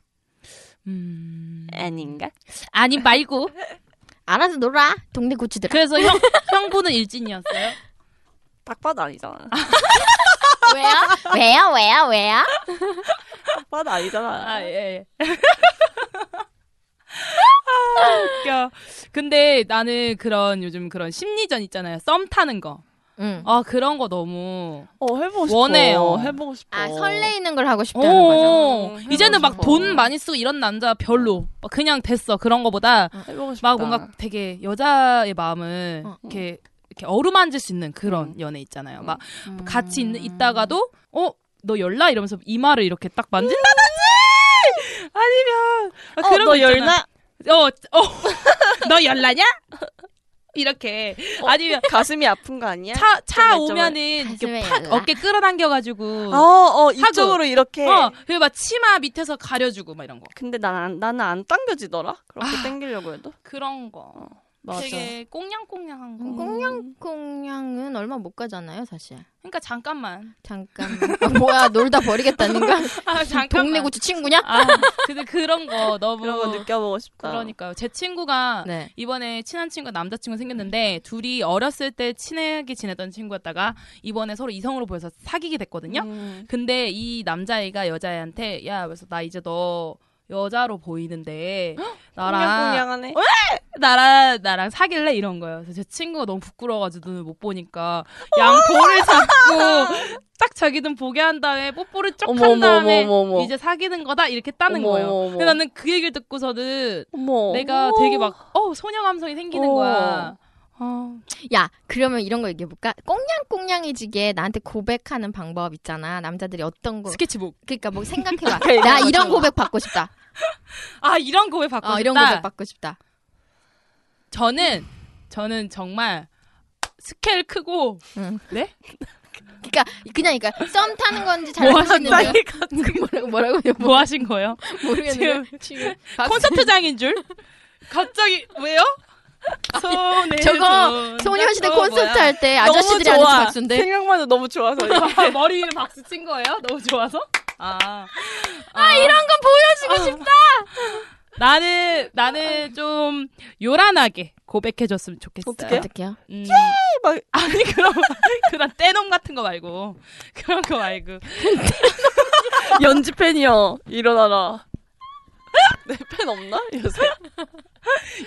음. 아닌가? 아니 말고. 알아서 놀아. 동네 고치들. 그래서 형 형부는 일진이었어요. 딱 봐도 아니잖아. 왜요? 왜요? 왜요? 왜요? 딱 봐도 아니잖아. 아, 예. 예. 아, 웃겨. 근데 나는 그런 요즘 그런 심리전 있잖아요. 썸 타는 거. 응. 아, 그런 거 너무. 어 해보고 싶어. 원해요. 해보고 싶어. 아 설레이는 걸 하고 싶다는 거죠. 오, 음, 이제는 막 해보고 싶어. 돈 많이 쓰고 이런 남자 별로. 막 그냥 됐어. 그런 거보다 아, 해보고 싶다. 막 뭔가 되게 여자의 마음을 어. 이렇게 이렇게 어루만질 수 있는 그런 연애 있잖아요. 막 음. 같이 있, 있다가도 어? 너 열나? 이러면서 이마를 이렇게 딱 만진다든지! *laughs* 아니면 아, 어, 그런 너 거 있잖아. 열나? 어, 어. *laughs* 너 열나냐? 이렇게 아니면 가슴이 아픈 거 어. 아니야? 차, 차 점에, 점에. 오면은 이렇게 가슴에 팍 열나? 어깨 끌어당겨가지고 어, 어어 이쪽으로 이렇게. 그리고 막 치마 밑에서 가려주고 막 이런 거 근데 난 안- 나는 안 당겨지더라. 그렇게 당기려고 해도. 그런 어, 거 아, 되게 꽁냥꽁냥한 음. 거 꽁냥꽁냥은 얼마 못 가잖아요, 사실. 그러니까 잠깐만 *laughs* 잠깐. 아, 뭐야, 놀다 *laughs* 버리겠다는가? 아 잠깐만 동네 고치 친구냐? 아 근데 그런 거 너무 그런 거 느껴보고 어. 싶다. 그러니까요 제 친구가 네. 이번에 친한 친구가 남자친구 생겼는데 둘이 어렸을 때 친하게 지내던 친구였다가 이번에 서로 이성으로 보여서 사귀게 됐거든요 음. 근데 이 남자애가 여자애한테 야 그래서 나 이제 너 여자로 보이는데 나랑 꽁냥꽁냥하네. 나랑 나랑 사귈래 이런 거예요. 그래서 제 친구가 너무 부끄러워가지고 눈을 못 보니까 양볼을 잡고 *laughs* 딱 자기는 보게 한 다음에 뽀뽀를 쭉 어머, 한 다음에 어머, 어머, 어머. 이제 사귀는 거다 이렇게 따는 어머, 거예요. 어머, 어머. 근데 나는 그 얘기를 듣고서는 어머. 내가 되게 막 어 소녀 감성이 생기는 어. 거야. 어, 야, 그러면 이런 거 얘기해볼까? 꽁냥꽁냥해지게 나한테 고백하는 방법 있잖아. 남자들이 어떤 거. 스케치북. *laughs* 그러니까 뭐 생각해봐. 나 이런 고백 받고 싶다. 아 이런 거왜 받고 어, 싶다. 이런 고백 *laughs* 받고 싶다. 저는 저는 정말 스케일 크고 그러니까 그냥 그러니까 썸 타는 건지 잘 모르겠는데요. *laughs* 그 뭐라고 뭐라고요? 뭐 하신 거예요? 모르겠는데. 지금 콘서트장인 줄? 아, *laughs* 갑자기 왜요? 손에 저거 손잡고 소녀시대 어, 뭐야. 콘서트 할 때 아저씨들이 너무 하는 좋아. 박수인데. 생각만 해도 너무 좋아서. 아, 머리 위에 박수 친 거예요? 너무 좋아서? 아, 아, 이런 건 보여주고 싶다. 나는 나는 좀 요란하게 고백해줬으면 좋겠어요. 어떡해? 어떡해요? 예! 음, 막- 아니 그런 그런 떼놈 같은 거 말고 그런 거 말고 연지 팬이야. 일어나라. *laughs* 내 팬 없나? 요새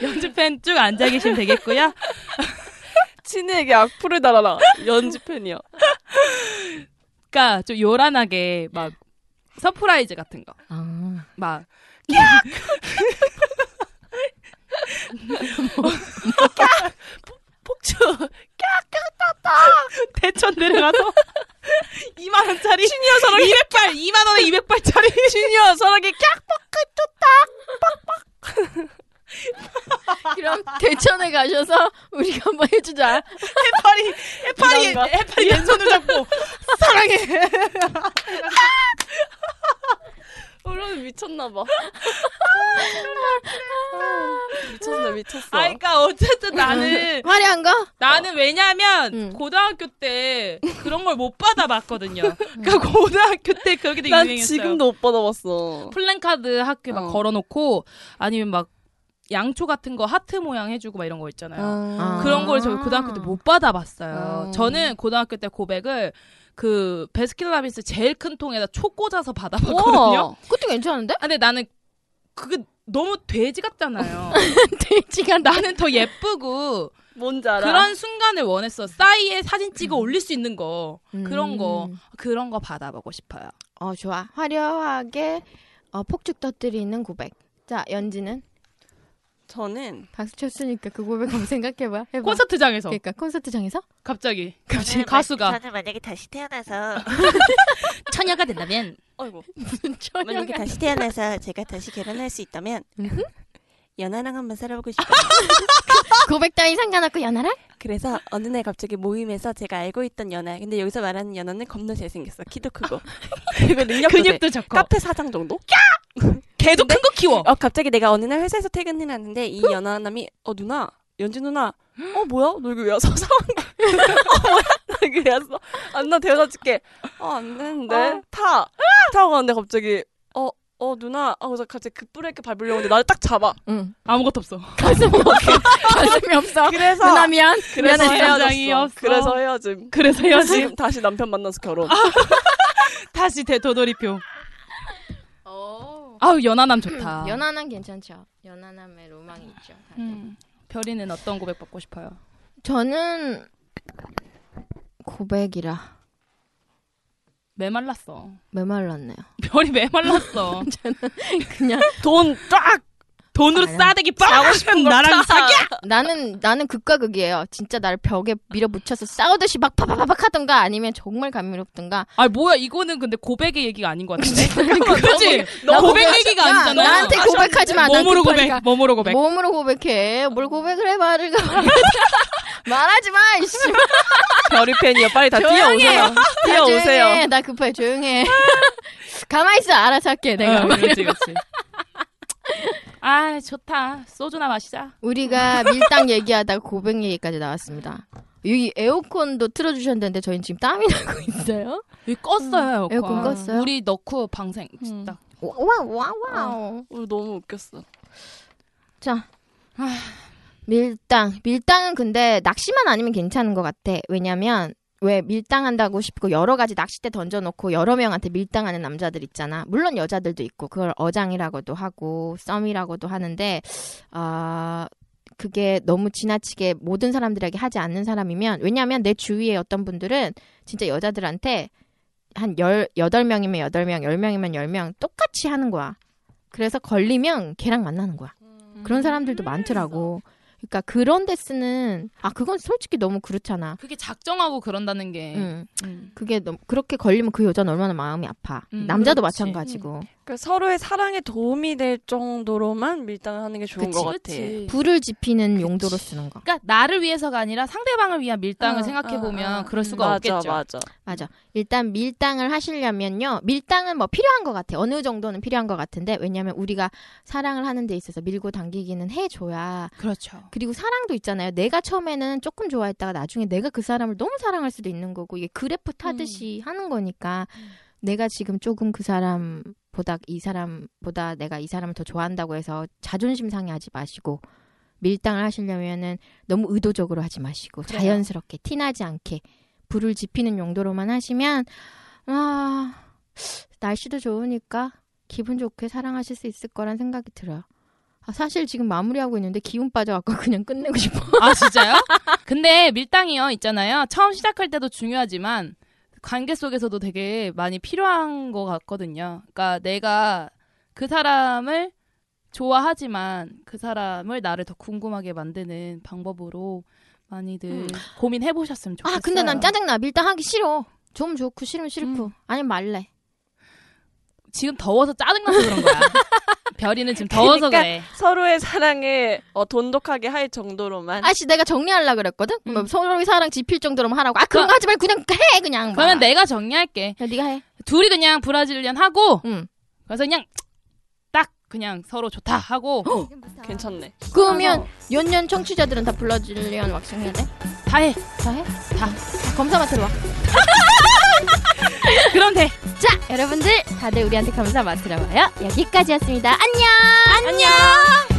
연주팬 쭉 앉아 계시면 되겠고요. 친애에게 악플을 달아라. 연지 팬이야. 그러니까 좀 요란하게 막 서프라이즈 같은 거. 아, 막 폭주. 대천 내려가서 2만 원짜리 *laughs* 신이어 서러기 200발 2만 원에 200발짜리 신이어 서러기 그럼 대천에 가셔서 우리가 한번 해주자. 해파리 해파리 해파리 왼손을 잡고 사랑해 그러면 미쳤나 봐. 아, 나 미쳤어. 아, 그러니까 *laughs* 어쨌든 나는 화려한 거? 나는 왜냐면 음. 고등학교 때 그런 걸 못 받아봤거든요. 그러니까 고등학교 때 그렇게 되게 난 유행했어요. 지금도 못 받아봤어. 플랜카드 학교에 막 어. 걸어놓고 아니면 막 양초 같은 거 하트 모양 해주고 막 이런 거 있잖아요. 아. 그런 걸 저희 고등학교 때 뭐- 못 받아봤어요. 어. 저는 고등학교 때 고백을 그 베스킨라빈스 제일 큰 통에다 초 꽂아서 받아봤거든요. 우와. 그것도 괜찮은데? *laughs* 아, 근데 나는 그게 너무 돼지 같잖아요. 돼지가 나. 나는 더 예쁘고 뭔지 알아? 그런 순간을 원했어. 싸이에 사진 찍어 올릴 수 있는 거 음. 그런 거 그런 거 받아보고 싶어요. 어 좋아. 화려하게 어, 폭죽 터뜨리는 고백. 자 연지는 저는 박수 쳤으니까 그 고백 한번 생각해봐. 해봐. 콘서트장에서 그러니까 콘서트장에서? 갑자기 그 네, 갑자기 가수가 저는 만약에 다시 태어나서 *laughs* *laughs* 처녀가 된다면 *laughs* 아이고 만약에 전혀 다시 태어나서 제가 다시 결혼할 수 있다면 음흠. 연하랑 한번 살아보고 싶어요. 고백 따위 상관없고 연하랑? *laughs* 그래서 어느 날 갑자기 모임에서 제가 알고 있던 연하 근데 여기서 말하는 연하는 겁나 잘생겼어 키도 크고 *laughs* 그리고 능력도 돼. 근육도 좋고 카페 사장 정도? 걔도 큰 거 키워. 어 갑자기 내가 어느 날 회사에서 퇴근을 하는데 이 연하 남이 어 누나 연지 누나 어 뭐야 너 이거 왜 와서 사온 거야? *laughs* 어 뭐야 나 이거 왔어 안나 데려다 줄게 어 안 되는데 타 타고 가는데 갑자기 어 어 누나 아 그래서 갑자기 급브레이크 밟으려고 하는데 나를 딱 잡아 응. 아무것도 없어. *laughs* 가슴이 없어. 그래서 누나 미안. 그래서 미안해. 심장이 헤어졌어 없어. 그래서 헤어짐 그래서 헤어지 지금 다시 남편 만나서 결혼 다시 되도돌이표. 아우 연하남 어. 좋다. 음, 연하남 괜찮죠. 연하남의 로망이 있죠. 다들. 음. 별이는 어떤 고백 받고 싶어요? 저는 고백이라 메말랐어. *laughs* 메말랐네요. 별이 메말랐어. 그냥 돈쫙 돈으로 아니야. 싸대기 빵! 싶은 나랑 사귀야! 나는 나는 극과 극이에요. 진짜 나를 벽에 밀어붙여서 싸우듯이 막 파파파팍 하던가 아니면 정말 감미롭던가. 아, 뭐야, 이거는 근데 고백의 얘기가 아닌 것 같은데? *laughs* 그치? 나 고백 얘기가 야, 아니잖아. 나한테 고백하지 마. 난 몸으로 고백, 급하니까. 몸으로 고백. 몸으로 고백해. 뭘 고백을 해 말을 *laughs* 가. 말하지 마. 이씨. 별이 팬이요 빨리 다 조용해. 뛰어오세요 뛰어오세요 조용해. 나 급해. 조용해. *laughs* 가만 있어. 알아서 할게. 내가. 어, 그렇지, 그렇지. 아, 좋다. 소주나 마시자. 우리가 밀당 얘기하다가 고백 얘기까지 나왔습니다. 여기 에어컨도 틀어주셨는데 저희는 지금 땀이 나고 있어요. 여기 껐어요, 에어컨 껐어요? 우리 넣고 방생. 진짜. 와와와우. 어, 너무 웃겼어 자. 아, 밀당. 밀당은 근데 낚시만 아니면 괜찮은 것 같아. 왜냐면 왜 밀당한다고 싶고 여러 가지 낚싯대 던져놓고 여러 명한테 밀당하는 남자들 있잖아. 물론 여자들도 있고 그걸 어장이라고도 하고 썸이라고도 하는데 아 그게 너무 지나치게 모든 사람들에게 하지 않는 사람이면 왜냐면 내 주위에 어떤 분들은 진짜 여자들한테 한 열, 여덟 명이면 여덟 명 열명이면 열 명 똑같이 하는 거야. 그래서 걸리면 걔랑 만나는 거야. 그런 사람들도 많더라고. 그러니까 그런 데 쓰는 아 그건 솔직히 너무 그렇잖아. 그게 작정하고 그런다는 게. 응. 음. 그게 너무 그렇게 걸리면 그 여자는 얼마나 마음이 아파. 음, 남자도 그렇지. 마찬가지고. 그 서로의 사랑에 도움이 될 정도로만 밀당을 하는 게 좋은 그치, 것 같아. 그치. 불을 지피는 용도로 쓰는 거. 그러니까 나를 위해서가 아니라 상대방을 위한 밀당을 어, 생각해 보면 어, 어. 그럴 수가 맞아, 없겠죠. 맞아. 맞아. 일단 밀당을 하시려면요. 밀당은 뭐 필요한 것 같아. 어느 정도는 필요한 것 같은데 왜냐면 우리가 사랑을 하는 데 있어서 밀고 당기기는 해줘야 그렇죠. 그리고 사랑도 있잖아요. 내가 처음에는 조금 좋아했다가 나중에 내가 그 사람을 너무 사랑할 수도 있는 거고 이게 그래프 타듯이 음. 하는 거니까 내가 지금 조금 그 사람보다 이 사람보다 내가 이 사람을 더 좋아한다고 해서 자존심 상해하지 마시고 밀당을 하시려면은 너무 의도적으로 하지 마시고 그래요. 자연스럽게 티나지 않게 불을 지피는 용도로만 하시면 아 날씨도 좋으니까 기분 좋게 사랑하실 수 있을 거란 생각이 들어요. 아, 사실 지금 마무리하고 있는데 기운 빠져갖고 *laughs* 그냥 끝내고 싶어. 아, 진짜요? *laughs* 근데 밀당이요, 있잖아요. 처음 시작할 때도 중요하지만, 관계 속에서도 되게 많이 필요한 것 같거든요. 그러니까 내가 그 사람을 좋아하지만, 그 사람을 나를 더 궁금하게 만드는 방법으로 많이들 음. 고민해 보셨으면 좋겠어요. 아, 근데 난 짜증나. 밀당 하기 싫어. 좀 좋고 싫으면 음. 싫고. 아니면 말래. 지금 더워서 짜증나서 그런 거야. *laughs* 별이는 지금 더워서 그러니까 그래 서로의 사랑에 어, 돈독하게 할 정도로만. 아씨, 내가 정리하려 그랬거든? 음. 뭐 서로의 사랑 지필 정도로만 하라고. 아, 그런 거 하지 말고 그냥 해, 그냥. 막. 그러면 내가 정리할게. 야, 네가 해. 둘이 그냥 브라질리안 하고, 응. 그래서 그냥 딱 그냥 서로 좋다 하고 괜찮네. 그러면 연년 청취자들은 다 블러질리언 왁싱 해야 돼? 다 해. 다 해? 다. 검사 맡으러 와. 그럼 돼. 자, 여러분들 다들 우리한테 검사 맡으러 와요. 여기까지였습니다. 안녕. 안녕.